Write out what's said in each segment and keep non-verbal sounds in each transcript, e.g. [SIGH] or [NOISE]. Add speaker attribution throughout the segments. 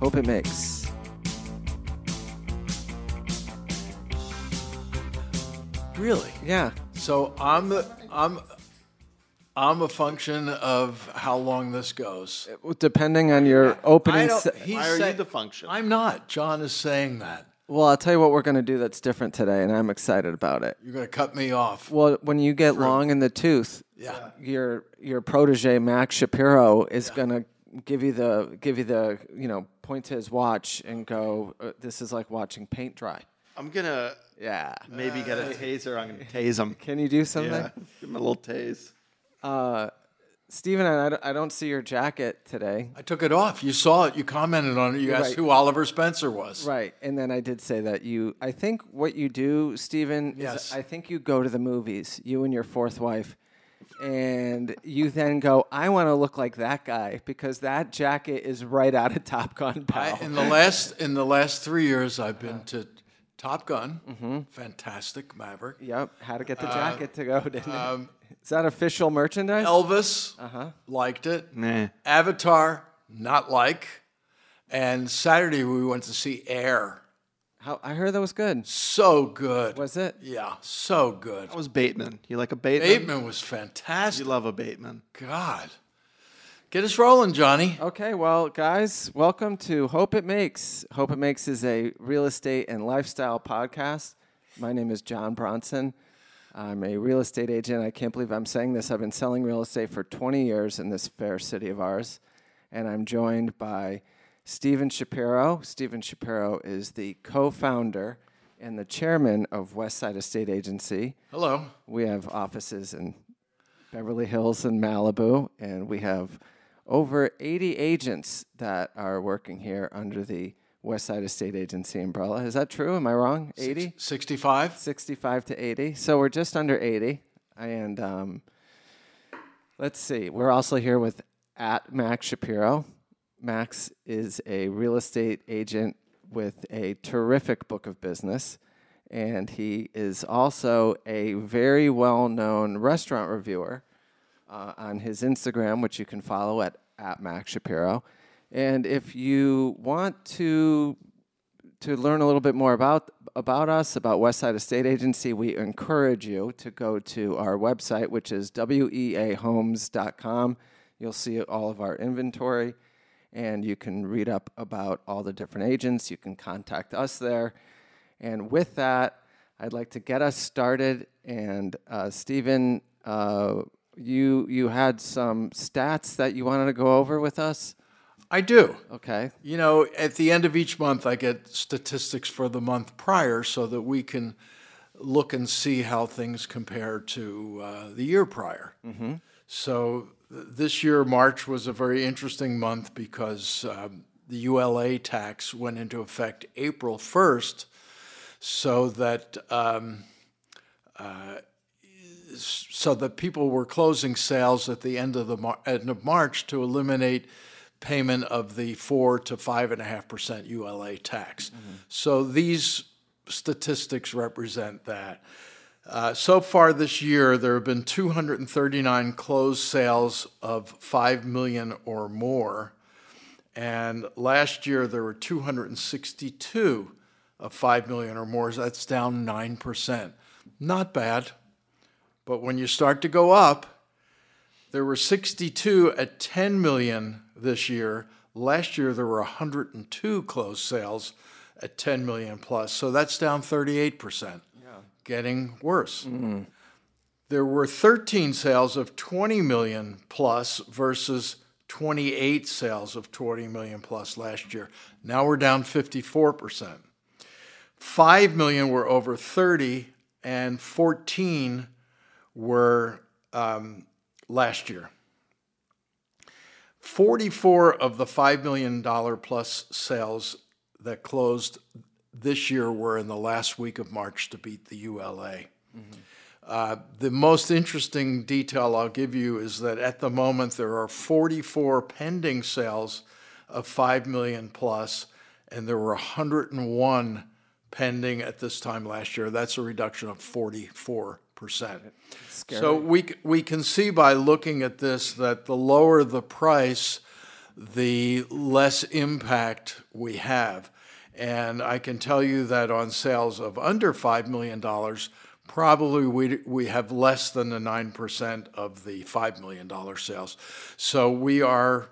Speaker 1: Hope it makes.
Speaker 2: Really?
Speaker 1: Yeah.
Speaker 2: So I'm I'm I'm a function of how long this goes.
Speaker 1: Well, Depending on your opening.
Speaker 2: I don't-
Speaker 1: se-
Speaker 2: he's
Speaker 3: Why are you
Speaker 2: say-
Speaker 3: the function?
Speaker 2: I'm not. John is saying that.
Speaker 1: well, I'll tell you what we're going to do that's different today, and I'm excited about it.
Speaker 2: You're going to cut me off.
Speaker 1: Well, when you get long in the tooth,
Speaker 2: Yeah.
Speaker 1: your your protege Max Shapiro is gonna give you the give you the you know point to his watch and go, uh, this is like watching paint dry.
Speaker 3: I'm gonna
Speaker 1: Yeah.
Speaker 3: maybe get a taser. I'm gonna tase him.
Speaker 1: Can you do something?
Speaker 3: Uh, [LAUGHS] Yeah. Give him a little tase.
Speaker 1: Steven, I don't, I don't see your jacket today.
Speaker 2: I took it off. You saw it. You commented on it. You asked
Speaker 1: Right.
Speaker 2: who Oliver Spencer was.
Speaker 1: Right. And then I did say that you, I think what you do, Steven,
Speaker 2: Yes.
Speaker 1: is I think you go to the movies, you and your fourth wife, and you then go, I want to look like that guy because that jacket is right out of Top Gun
Speaker 2: I,
Speaker 1: Pal.
Speaker 2: in the last in the last three years, I've been to Top Gun, fantastic Maverick,
Speaker 1: Yep, how to get
Speaker 2: uh,
Speaker 1: the jacket to go, didn't
Speaker 2: um,
Speaker 1: it? Is that official merchandise?
Speaker 2: Elvis, liked it.
Speaker 3: Nah.
Speaker 2: Avatar, not like. And Saturday we went to see Air.
Speaker 1: How, I heard that was good.
Speaker 2: So good.
Speaker 1: Was it?
Speaker 2: Yeah, so good.
Speaker 3: That was Bateman. You like a Bateman?
Speaker 2: Bateman was
Speaker 3: You
Speaker 2: fantastic.
Speaker 3: love a Bateman.
Speaker 2: God. Get us rolling, Johnny.
Speaker 1: Okay, well, guys, welcome to Hope It Makes. Hope It Makes is a real estate and lifestyle podcast. My name is John Bronson. I'm a real estate agent. I can't believe I'm saying this. I've been selling real estate for 20 years in this fair city of ours. And I'm joined by Steven Shapiro. Steven Shapiro is the co founder and the chairman of Westside Estate Agency.
Speaker 2: Hello.
Speaker 1: We have offices in Beverly Hills and Malibu, and we have over 80 agents that are working here under the Westside Estate Agency umbrella. Is that true? Am I wrong? 80?
Speaker 2: 65.
Speaker 1: 65 to 80. So we're just under 80. And um, let's see, we're also here with at Max Shapiro. Max is a real estate agent with a terrific book of business. And he is also a very well known restaurant reviewer uh, on his Instagram, which you can follow at, at Max Shapiro. And if you want to to learn a little bit more about about us, about Westside Estate Agency, we encourage you to go to our website, which is weahomes.com. You'll see all of our inventory, and you can read up about all the different agents. You can contact us there. And with that, I'd like to get us started. And uh, Stephen, uh, you you had some stats that you wanted to go over with us.
Speaker 2: I do.
Speaker 1: Okay.
Speaker 2: You know, at the end of each month, I get statistics for the month prior so that we can look and see how things compare to uh, the year prior. So th- this year, March was a very interesting month because um, the ULA tax went into effect April 1st, so that um, uh, s- so that people were closing sales at the end of the Mar- end of March to eliminate payment of the four to five and a half percent ULA tax. So these statistics represent that. Uh, so far this year, there have been 239 closed sales of 5 million or more. And last year, there were 262 of 5 million or more. So That's down 9%. Not bad. But when you start to go up, there were 62 at 10 million this year. Last year, there were 102 closed sales at 10 million plus. So that's down 38%. Getting worse. There were 13 sales of 20 million plus versus 28 sales of 20 million plus last year. Now we're down 54%. 5 million were over 30, and 14 were um, last year. 44 of the $5 million plus sales that closed this year were in the last week of March to beat the ULA. Uh, the most interesting detail I'll give you is that at the moment there are 44 pending sales of 5 million plus, and there were 101 pending at this time last year. That's a reduction of 44%. So we, c- we can see by looking at this that the lower the price, the less impact we have. And I can tell you that on sales of under $5 million, probably we, we have less than the 9% of the $5 million sales. So we are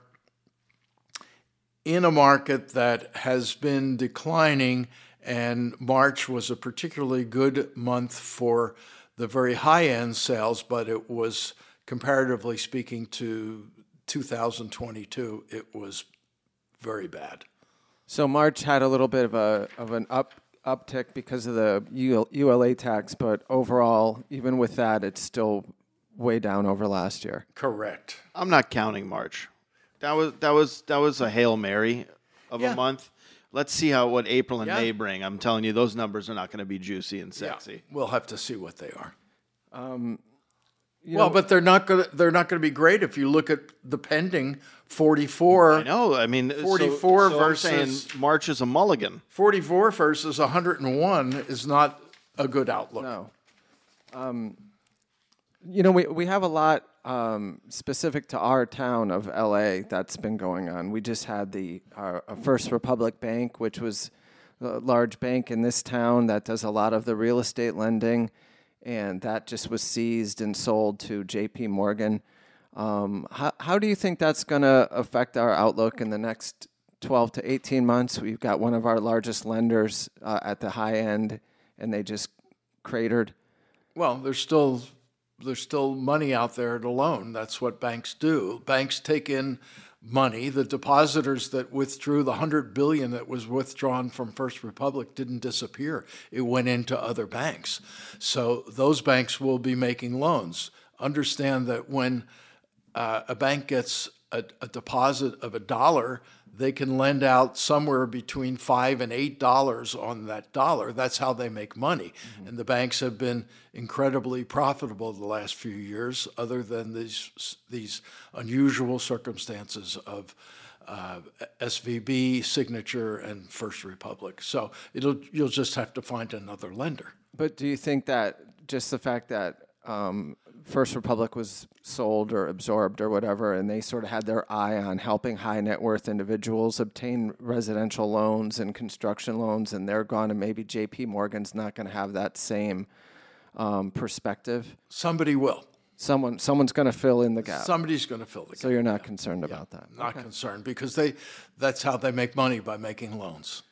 Speaker 2: in a market that has been declining, and March was a particularly good month for the very high end sales, but it was comparatively speaking to 2022, it was very bad.
Speaker 1: So March had a little bit of a of an up uptick because of the UL, ULA tax, but overall, even with that, it's still way down over last year.
Speaker 2: Correct.
Speaker 3: I'm not counting March. That was that was that was a hail mary of
Speaker 2: Yeah.
Speaker 3: a month. Let's see how what April and
Speaker 2: Yeah.
Speaker 3: May bring. I'm telling you, those numbers are not going to be juicy and
Speaker 2: Yeah.
Speaker 3: sexy.
Speaker 2: We'll have to see what they are.
Speaker 1: Um, You
Speaker 2: well,
Speaker 1: know,
Speaker 2: but they're not going to they're not going to be great if you look at the pending 44
Speaker 3: No, I mean so-
Speaker 2: 44
Speaker 3: so I'm saying
Speaker 2: versus-
Speaker 3: March is a mulligan.
Speaker 2: 44 versus 101 is not a good outlook.
Speaker 1: No. Um, you know, we, we have a lot um, specific to our town of LA that's been going on. We just had the our, our First Republic Bank, which was a large bank in this town that does a lot of the real estate lending, and that just was seized and sold to J.P. Morgan. Um, how, how do you think that's going to affect our outlook in the next 12 to 18 months? We've got one of our largest lenders uh, at the high end, and they just cratered.
Speaker 2: Well, there's still there's still money out there to loan. That's what banks do. Banks take in money. The depositors that withdrew the 100 billion that was withdrawn from First Republic didn't disappear. It went into other banks. So those banks will be making loans. Understand that when uh, a bank gets a, a deposit of a dollar, they can lend out somewhere between five and eight dollars on that dollar. That's how they make money. And the banks have been incredibly profitable the last few years, other than these these unusual circumstances of uh, SVB, Signature, and First Republic. So it'll you'll just have to find another lender.
Speaker 1: But do you think that just the fact that um, First Republic was sold or absorbed or whatever, and they sort of had their eye on helping high net worth individuals obtain residential loans and construction loans, and they're gone, and maybe J.P. Morgan's not going to have that same um, perspective.
Speaker 2: Somebody will.
Speaker 1: Someone, someone's going to fill in the gap.
Speaker 2: Somebody's going to fill the gap.
Speaker 1: so you're not concerned about that.
Speaker 2: not concerned because they that's how they make money by making loans.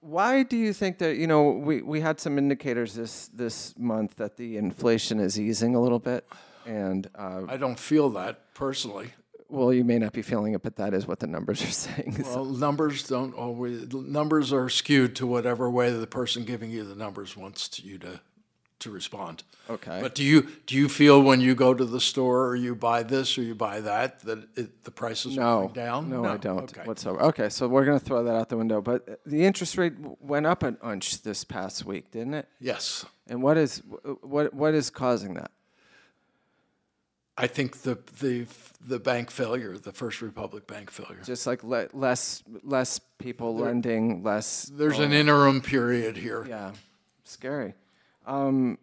Speaker 1: Why do you think that you know we, we had some indicators this this month that the inflation is easing a little bit, and uh,
Speaker 2: I don't feel that personally.
Speaker 1: Well, you may not be feeling it, but that is what the numbers are [LAUGHS] saying.
Speaker 2: Well, numbers don't always numbers are skewed to whatever way the person giving you the numbers wants to, you to to respond.
Speaker 1: Okay.
Speaker 2: But do you do you feel when you go to the store or you buy this or you buy that that it, the prices are
Speaker 1: no,
Speaker 2: going down?
Speaker 1: No, I don't
Speaker 2: Okay.
Speaker 1: whatsoever. Okay, so we're going to throw that out the window. But uh, the interest rate w- went up an unch this past week, didn't it?
Speaker 2: Yes.
Speaker 1: And what is wh- what what is causing that?
Speaker 2: I think the the the bank failure, the First Republic bank failure.
Speaker 1: Just like le- less less people lending, less
Speaker 2: There's an interim period here.
Speaker 1: Yeah, scary. Um,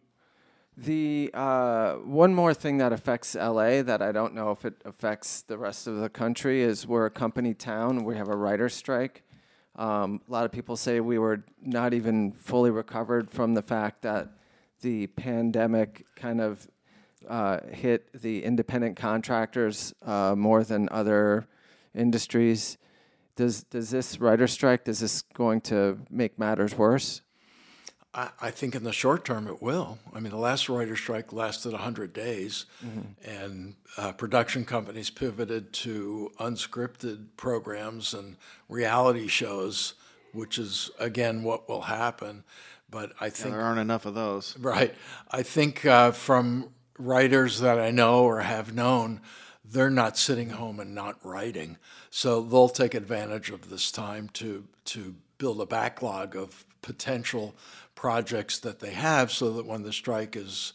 Speaker 1: the uh, one more thing that affects LA that I don't know if it affects the rest of the country is we're a company town. We have a writer strike. Um, a lot of people say we were not even fully recovered from the fact that the pandemic kind of uh, hit the independent contractors uh, more than other industries. Does does this writer strike? Is this going to make matters worse?
Speaker 2: I, I think in the short term it will. I mean, the last writer strike lasted 100 days, and uh, production companies pivoted to unscripted programs and reality shows, which is, again, what will happen. But I think
Speaker 3: There aren't enough of those.
Speaker 2: Right. I think uh, from writers that I know or have known, they're not sitting home and not writing. So they'll take advantage of this time to to build a backlog of potential projects that they have, so that when the strike is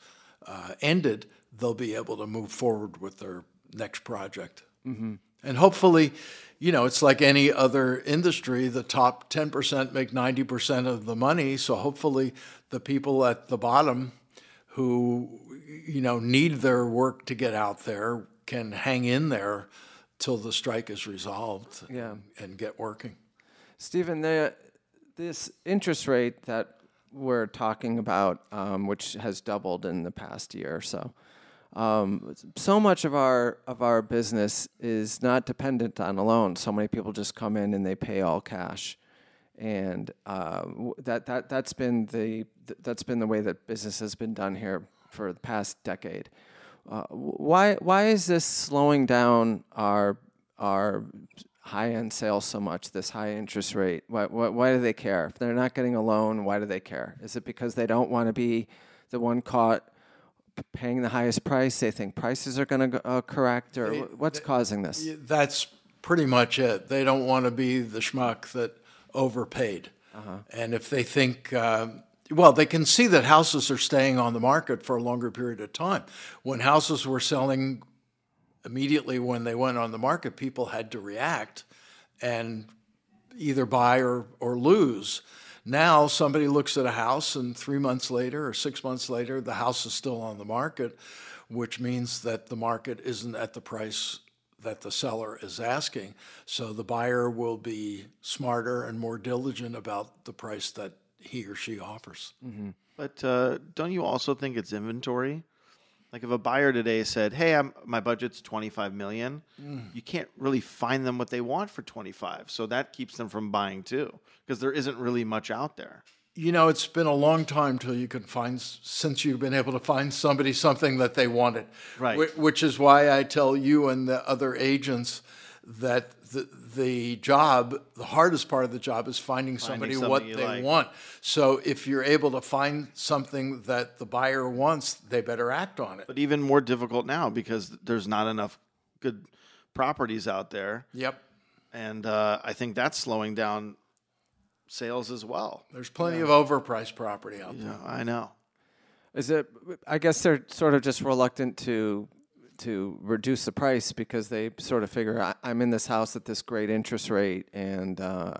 Speaker 2: uh, ended, they'll be able to move forward with their next project. And hopefully, you know, it's like any other industry, the top 10% make 90% of the money. So hopefully, the people at the bottom who, you know, need their work to get out there can hang in there till the strike is resolved
Speaker 1: Yeah.
Speaker 2: and get working.
Speaker 1: Stephen, the, this interest rate that we're talking about, um, which has doubled in the past year or so, um, so much of our of our business is not dependent on a loan. So many people just come in and they pay all cash, and uh, w- that that that's been the th- that's been the way that business has been done here for the past decade. Uh, wh- why why is this slowing down our our high end sales so much? This high interest rate. Why, why why do they care if they're not getting a loan? Why do they care? Is it because they don't want to be the one caught p- paying the highest price? They think prices are going to uh, correct, or wh- what's causing this?
Speaker 2: That's pretty much it. They don't want to be the schmuck that overpaid. And if they think, um, well, they can see that houses are staying on the market for a longer period of time. When houses were selling immediately when they went on the market, people had to react and either buy or, or lose. Now somebody looks at a house and three months later or six months later, the house is still on the market, which means that the market isn't at the price that the seller is asking. So the buyer will be smarter and more diligent about the price that he or she offers.
Speaker 3: But uh, don't you also think it's inventory? Like if a buyer today said, "Hey, I'm, my budget's 25 million, you can't really find them what they want for 25. So that keeps them from buying too because there isn't really much out there.
Speaker 2: You know, it's been a long time till you can find, since you've been able to find somebody something that they wanted.
Speaker 3: Right.
Speaker 2: Whi- Which is why I tell you and the other agents that the, the job, the hardest part of the job is finding somebody
Speaker 3: something
Speaker 2: what
Speaker 3: you
Speaker 2: they
Speaker 3: like.
Speaker 2: want. So if you're able to find something that the buyer wants, they better act on it.
Speaker 3: But even more difficult now because there's not enough good properties out there.
Speaker 2: Yep.
Speaker 3: And uh, I think that's slowing down sales as well.
Speaker 2: There's plenty of overpriced property out there.
Speaker 3: Yeah, I know.
Speaker 1: Is it? I guess they're sort of just reluctant to to reduce the price because they sort of figure I, I'm in this house at this great interest rate, and uh,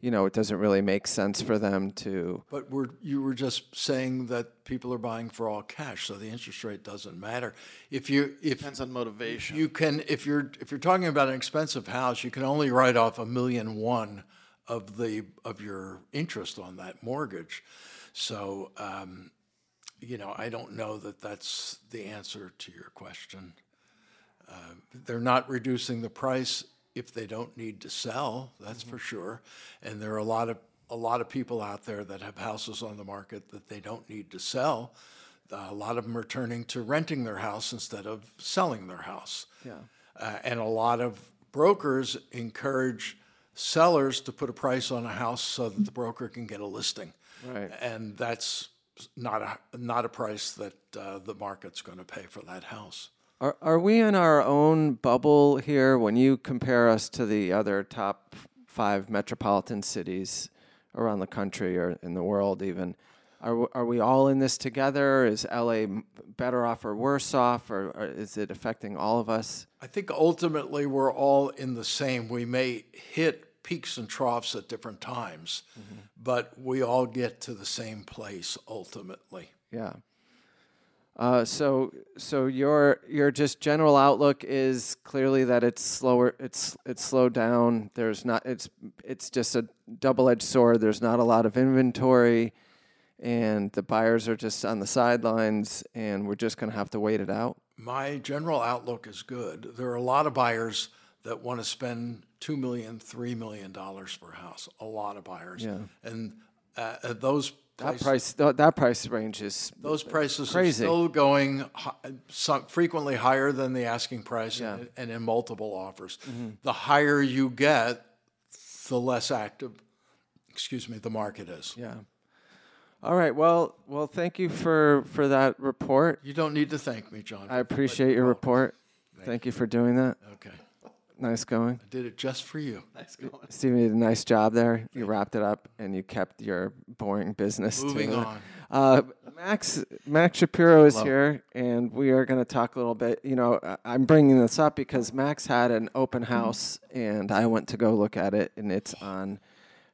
Speaker 1: you know it doesn't really make sense for them to.
Speaker 2: But we're, you were just saying that people are buying for all cash, so the interest rate doesn't matter. If you if
Speaker 3: Depends on motivation.
Speaker 2: you can if you're if you're talking about an expensive house, you can only write off a million one of the of your interest on that mortgage. So, um, you know, I don't know that that's the answer to your question. Uh, they're not reducing the price if they don't need to sell. That's for sure. And there are a lot of a lot of people out there that have houses on the market that they don't need to sell. Uh, a lot of them are turning to renting their house instead of selling their house. Yeah. Uh, and a lot of brokers encourage sellers to put a price on a house so that the broker can get a listing.
Speaker 1: Right.
Speaker 2: And that's not a not a price that uh, the market's going to pay for that house.
Speaker 1: Are are we in our own bubble here when you compare us to the other top five metropolitan cities around the country or in the world even? Are w- are we all in this together? Is LA m- better off or worse off, or, or is it affecting all of us?
Speaker 2: I think ultimately we're all in the same. We may hit peaks and troughs at different times, but we all get to the same place ultimately.
Speaker 1: Yeah. Uh, so so your your just general outlook is clearly that it's slower it's it's slowed down. There's not it's it's just a double edged sword. There's not a lot of inventory and the buyers are just on the sidelines and we're just gonna have to wait it out.
Speaker 2: My general outlook is good. There are a lot of buyers that want to spend two million, three million dollars per house. A lot of buyers, and uh, uh, those
Speaker 1: That
Speaker 2: prices,
Speaker 1: price th- that price range is
Speaker 2: those prices
Speaker 1: Crazy.
Speaker 2: are still going hi- some, frequently higher than the asking price, and, and in multiple offers.
Speaker 1: Mm-hmm.
Speaker 2: The higher you get, the less active, excuse me, the market is.
Speaker 1: yeah. All right. Well well thank you for for that report.
Speaker 2: You don't need to thank me, John.
Speaker 1: I appreciate your report. Thank you for doing that.
Speaker 2: okay, I
Speaker 1: Nice going.
Speaker 2: did it just for you.
Speaker 1: Steven you did a nice job there. You wrapped it up and you kept your boring business.
Speaker 2: Moving
Speaker 1: to-
Speaker 2: on.
Speaker 1: Uh, Max Max Shapiro is here, and we are going to talk a little bit. You know, I- I'm bringing this up because Max had an open house, and I went to go look at it, and it's on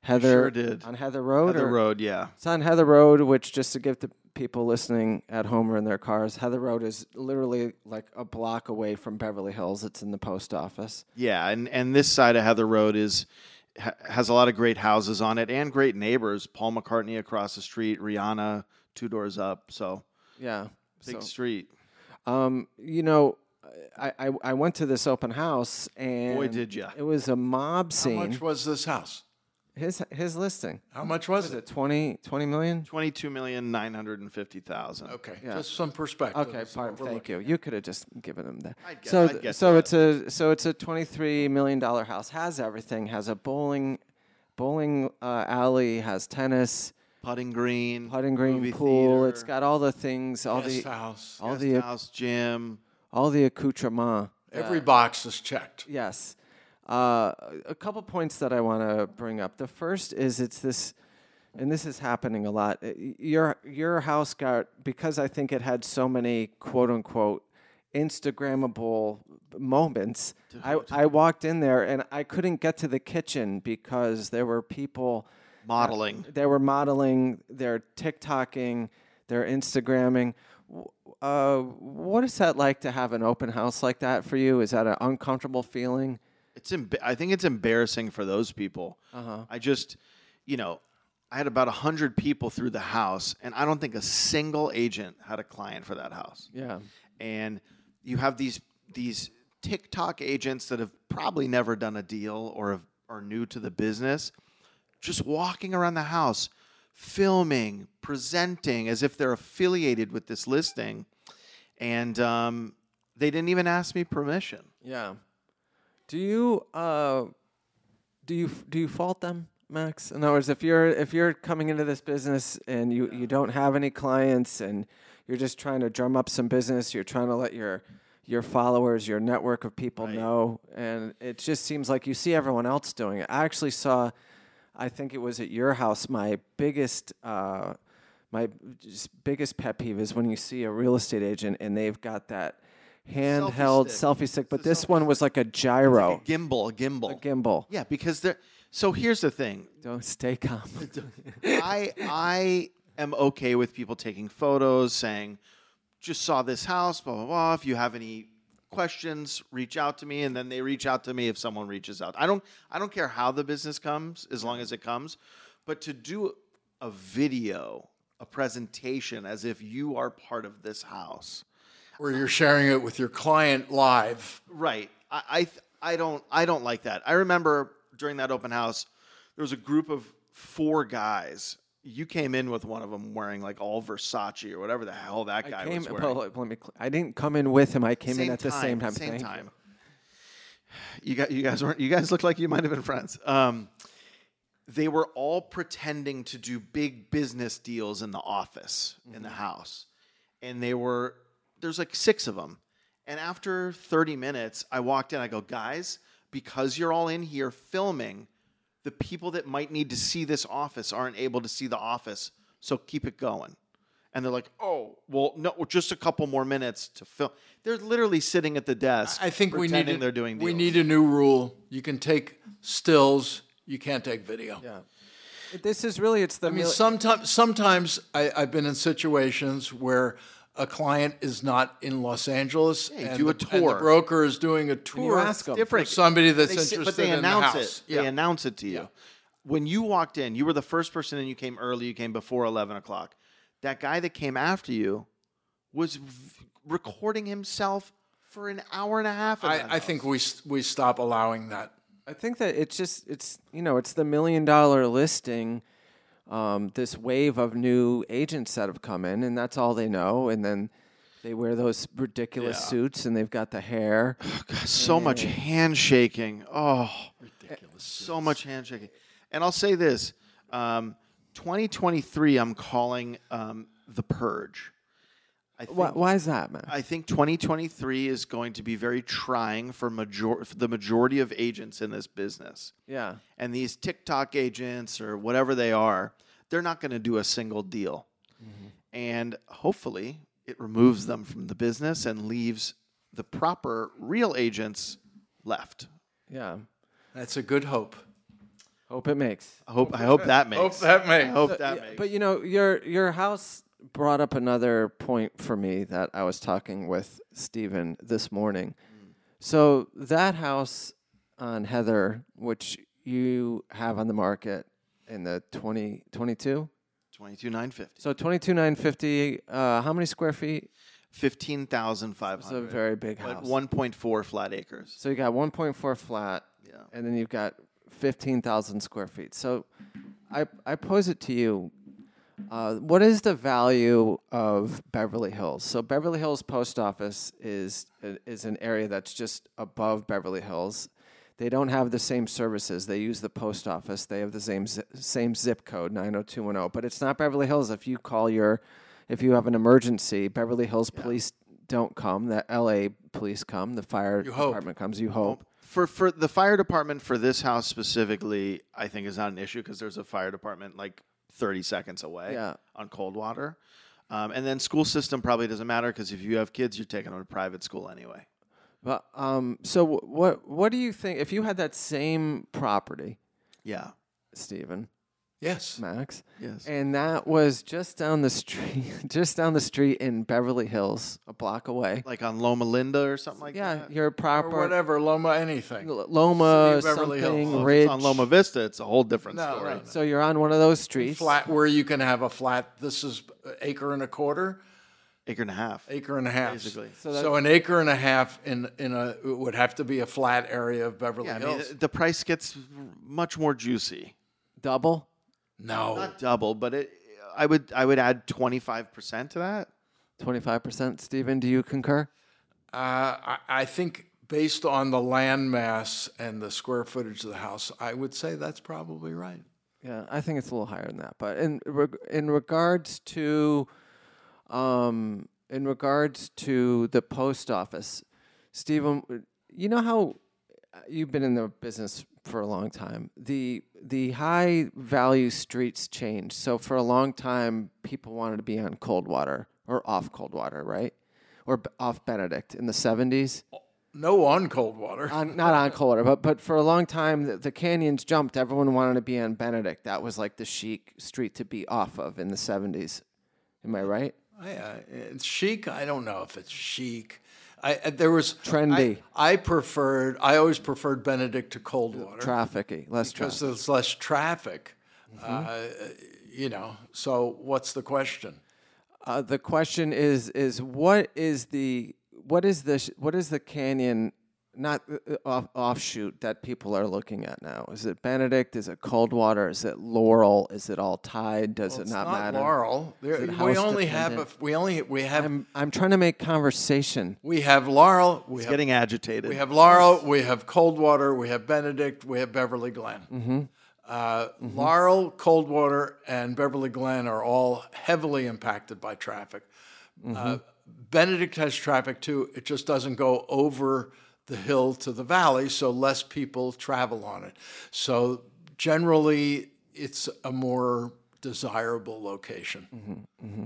Speaker 1: Heather
Speaker 3: did.
Speaker 1: on Heather Road.
Speaker 3: The
Speaker 1: or-
Speaker 3: road, yeah.
Speaker 1: It's on Heather Road, which just to give the people listening at home or in their cars, Heather Road is literally like a block away from Beverly Hills. It's in the post office.
Speaker 3: Yeah, and and this side of Heather Road is ha- has a lot of great houses on it and great neighbors. Paul McCartney across the street, Rihanna two doors up. So
Speaker 1: Yeah.
Speaker 3: big
Speaker 1: So,
Speaker 3: street.
Speaker 1: um, you know, I, I I went to this open house and
Speaker 3: did ya.
Speaker 1: It was a mob
Speaker 2: How
Speaker 1: scene.
Speaker 2: much was this house?
Speaker 1: his his listing.
Speaker 2: How much was
Speaker 1: Is
Speaker 2: it?
Speaker 1: it 20, 20 million?
Speaker 3: Twenty two million nine hundred and fifty thousand.
Speaker 2: Okay,
Speaker 1: Yeah.
Speaker 2: just some perspective.
Speaker 1: Okay,
Speaker 2: That's
Speaker 1: pardon.
Speaker 2: what we're
Speaker 1: Thank you. You could have just given him that.
Speaker 3: I'd get-
Speaker 1: so,
Speaker 3: I'd
Speaker 1: th-
Speaker 3: get
Speaker 1: so
Speaker 3: that.
Speaker 1: it's a so it's a twenty three million dollar house. Has everything. Has a bowling, bowling uh, alley. Has tennis,
Speaker 3: Putting green,
Speaker 1: putting green
Speaker 3: movie
Speaker 1: pool.
Speaker 3: theater,
Speaker 1: It's got all the things. All
Speaker 2: Guest
Speaker 1: the
Speaker 2: house.
Speaker 1: all
Speaker 3: guest
Speaker 1: the
Speaker 3: house gym.
Speaker 1: all the accoutrement.
Speaker 2: Every box is checked.
Speaker 1: Yes. Uh, a couple points that I want to bring up. The first is it's this, and this is happening a lot. uh, y- Your your house got because I think it had so many quote unquote Instagrammable moments. I I walked in there and I couldn't get to the kitchen because there were people
Speaker 3: Modeling.
Speaker 1: they were modeling, they're TikToking, they're Instagramming. W- Uh, what is that like to have an open house like that for you? Is that an uncomfortable feeling?
Speaker 3: It's emb- I think it's embarrassing for those people.
Speaker 1: Uh-huh.
Speaker 3: I just, you know, I had about hundred people through the house, and I don't think a single agent had a client for that house.
Speaker 1: Yeah.
Speaker 3: and you have these these TikTok agents that have probably never done a deal or have, are new to the business, just walking around the house, filming, presenting as if they're affiliated with this listing, and um, they didn't even ask me permission.
Speaker 1: Yeah. Do you uh, do you do you fault them, Max? In other words, if you're if you're coming into this business and you you don't have any clients and you're just trying to drum up some business, you're trying to let your your followers, your network of people know, and it just seems like you see everyone else doing it. I actually saw, I think it was at your house, my biggest. Uh, my just biggest pet peeve is when you see a real estate agent and they've got that handheld
Speaker 3: stick.
Speaker 1: selfie stick, but this one was like a gyro
Speaker 3: Gimbal, gimbal,
Speaker 1: gimbal.
Speaker 3: Yeah, because they're. So here's the thing.
Speaker 1: Don't stay calm. [LAUGHS]
Speaker 3: I I am okay with people taking photos, saying, just saw this house, blah blah blah. If you have any questions, reach out to me, and then they reach out to me if someone reaches out. I don't I don't care how the business comes, as long as it comes. But to do a video, a presentation, as if you are part of this house,
Speaker 2: Where you're sharing it with your client live.
Speaker 3: Right. I I, th- I don't I don't like that. I remember during that open house, there was a group of four guys. You came in with one of them wearing like all Versace or whatever the hell that guy
Speaker 1: I came.
Speaker 3: was wearing.
Speaker 1: [LAUGHS] well, let me. cl- I didn't come in with him. I came in at the same time.
Speaker 3: Same
Speaker 1: Thank you.
Speaker 3: time. You got you guys weren't you guys look like you might have been friends. Um, they were all pretending to do big business deals in the office in
Speaker 1: Mm-hmm.
Speaker 3: the house, and they were there's like six of them. And after 30 minutes, I walked in. I go, guys, because you're all in here filming, the people that might need to see this office aren't able to see the office, so keep it going. And they're like, oh, well, no, well, just a couple more minutes to film. They're literally sitting at the desk.
Speaker 2: I think we need.
Speaker 3: pretending
Speaker 2: a-
Speaker 3: they're doing. Deals.
Speaker 2: We need a new rule. You can take stills. You can't take video.
Speaker 1: This is really. It's the.
Speaker 2: I mean,
Speaker 1: mil-
Speaker 2: sometimes sometimes I, I've been in situations where a client is not in Los Angeles and,
Speaker 3: do a
Speaker 2: the, and the
Speaker 3: tour.
Speaker 2: broker is doing a tour.
Speaker 1: ask 'em.
Speaker 2: for
Speaker 3: Different.
Speaker 2: somebody that's
Speaker 3: They sit-
Speaker 2: interested
Speaker 3: but they
Speaker 2: in
Speaker 3: announce
Speaker 2: the
Speaker 3: it.
Speaker 2: house. Yeah.
Speaker 3: They announce it to you. When you walked in, you were the first person, and you came early. You came before eleven o'clock. That guy that came after you was v- recording himself for an hour and a half. in
Speaker 2: I,
Speaker 3: that
Speaker 2: I
Speaker 3: house.
Speaker 2: think we s- we stop allowing that.
Speaker 1: I think that it's just. It's you know. It's the million dollar listing. Um, this wave of new agents that have come in, and that's all they know. And then they wear those ridiculous suits, and they've got the hair.
Speaker 3: so much
Speaker 2: Mm.
Speaker 3: handshaking. Oh, ridiculous! So much handshaking. And I'll say this: um, 2023, I'm calling um, the purge. I think
Speaker 1: why, why is that, Max?
Speaker 3: I think 2023 is going to be very trying for, major- for the majority of agents in this business.
Speaker 1: yeah.
Speaker 3: And these TikTok agents or whatever they are, they're not going to do a single deal.
Speaker 1: Mm-hmm.
Speaker 3: And hopefully, it removes them from the business and leaves the proper real agents left.
Speaker 1: Yeah.
Speaker 2: That's a good hope.
Speaker 1: Hope it makes.
Speaker 3: I hope I hope that makes.
Speaker 2: that
Speaker 3: I
Speaker 2: may.
Speaker 3: hope that
Speaker 1: Yeah,
Speaker 3: makes.
Speaker 1: But you know, your your house brought up another point for me that I was talking with Stephen this morning.
Speaker 3: Mm.
Speaker 1: So that house on Heather, which you have on the market in the 2022.
Speaker 3: Twenty-two nine fifty.
Speaker 1: So 22,950, uh, how many square feet?
Speaker 3: Fifteen thousand five
Speaker 1: It's a
Speaker 3: hundred.
Speaker 1: very big
Speaker 3: But
Speaker 1: house.
Speaker 3: one point four flat acres.
Speaker 1: So you got 1.4 flat,
Speaker 3: Yeah.
Speaker 1: and then you've got 15,000 square feet. So I, I pose it to you. Uh, what is the value of Beverly Hills? So Beverly Hills Post Office is is an area that's just above Beverly Hills. They don't have the same services. They use the post office. They have the same zi- same zip code 90210, but it's not Beverly Hills. If you call your if you have an emergency, Beverly Hills police don't come. The LA police come. The fire
Speaker 2: hope.
Speaker 1: department comes. You hope.
Speaker 3: For for the fire department for this house specifically, I think is not an issue because there's a fire department like thirty seconds away
Speaker 1: Yeah.
Speaker 3: on Coldwater. Um, and then school system probably doesn't matter because if you have kids, you're taking them to private school anyway.
Speaker 1: But um, so wh- what what do you think if you had that same property,
Speaker 3: Yeah.
Speaker 1: Stephen,
Speaker 2: Yes.
Speaker 1: Max,
Speaker 3: Yes.
Speaker 1: and that was just down the street, [LAUGHS] just down the street in Beverly Hills, a block away.
Speaker 3: like on Loma Linda or something like
Speaker 1: yeah,
Speaker 3: that.
Speaker 1: your
Speaker 2: Or
Speaker 1: proper
Speaker 2: whatever, Loma, anything.
Speaker 1: L- Loma
Speaker 2: City of Beverly
Speaker 1: something
Speaker 2: Hills. Well,
Speaker 3: If
Speaker 1: ridge.
Speaker 3: it's on Loma Vista, it's a whole different
Speaker 2: No,
Speaker 3: story.
Speaker 2: no, no.
Speaker 1: So you're on one of those streets.
Speaker 2: Flat where you can have a flat, this is acre and a quarter,
Speaker 3: Acre and a half.
Speaker 2: acre and a half.
Speaker 3: Basically.
Speaker 2: So, an acre and a half in, in a, it would have to be a flat area of Beverly
Speaker 3: Yeah, I mean,
Speaker 2: Hills.
Speaker 3: the price gets much more juicy.
Speaker 1: double.
Speaker 2: no.
Speaker 3: Not double, but it, I would I would add 25% to that.
Speaker 1: Twenty five percent, Stephen. Do you concur?
Speaker 2: Uh, I, I think based on the land mass and the square footage of the house, I would say that's probably right.
Speaker 1: Yeah, I think it's a little higher than that. But in reg- in regards to, um, in regards to the post office, Stephen, w- you know how uh, you've been in the business for a long time. The the high value streets change. So for a long time, people wanted to be on Coldwater or off Coldwater, right? Or b- off Benedict in the seventies
Speaker 2: No on Coldwater.
Speaker 3: Uh,
Speaker 1: on, not on Coldwater, but but for a long time the, the canyons jumped. Everyone wanted to be on Benedict. That was like the chic street to be off of in the seventies. Am I right?
Speaker 2: I, uh, it's chic. I don't know if it's chic. I, uh, there was
Speaker 1: Trendy.
Speaker 2: I, I preferred. I always preferred Benedict to Coldwater
Speaker 1: Trafficky, less
Speaker 2: because
Speaker 1: traffic.
Speaker 2: there's less traffic. Uh, you know. So what's the question?
Speaker 1: Uh, the question is is what is the what is the sh- what is the canyon not uh, off, offshoot that people are looking at now? Is it Benedict? Is it Coldwater? Is it Laurel? Is it all tied? Does it
Speaker 2: It's
Speaker 1: not,
Speaker 2: not
Speaker 1: matter?
Speaker 2: Laurel. There,
Speaker 1: it
Speaker 2: we
Speaker 1: house
Speaker 2: only have. A,
Speaker 1: dependent?
Speaker 2: we only we have.
Speaker 1: I'm I'm trying to make conversation.
Speaker 2: we have Laurel. We
Speaker 3: It's
Speaker 2: have,
Speaker 3: getting agitated.
Speaker 2: we have Laurel. We have Coldwater. We have Benedict. We have Beverly Glen.
Speaker 1: Mm-hmm.
Speaker 2: Uh, Laurel, Coldwater, and Beverly Glen are all heavily impacted by traffic.
Speaker 1: Mm-hmm.
Speaker 2: Uh, Benedict has traffic too. It just doesn't go over the hill to the valley, so less people travel on it. So generally, it's a more desirable location.
Speaker 1: Mm-hmm.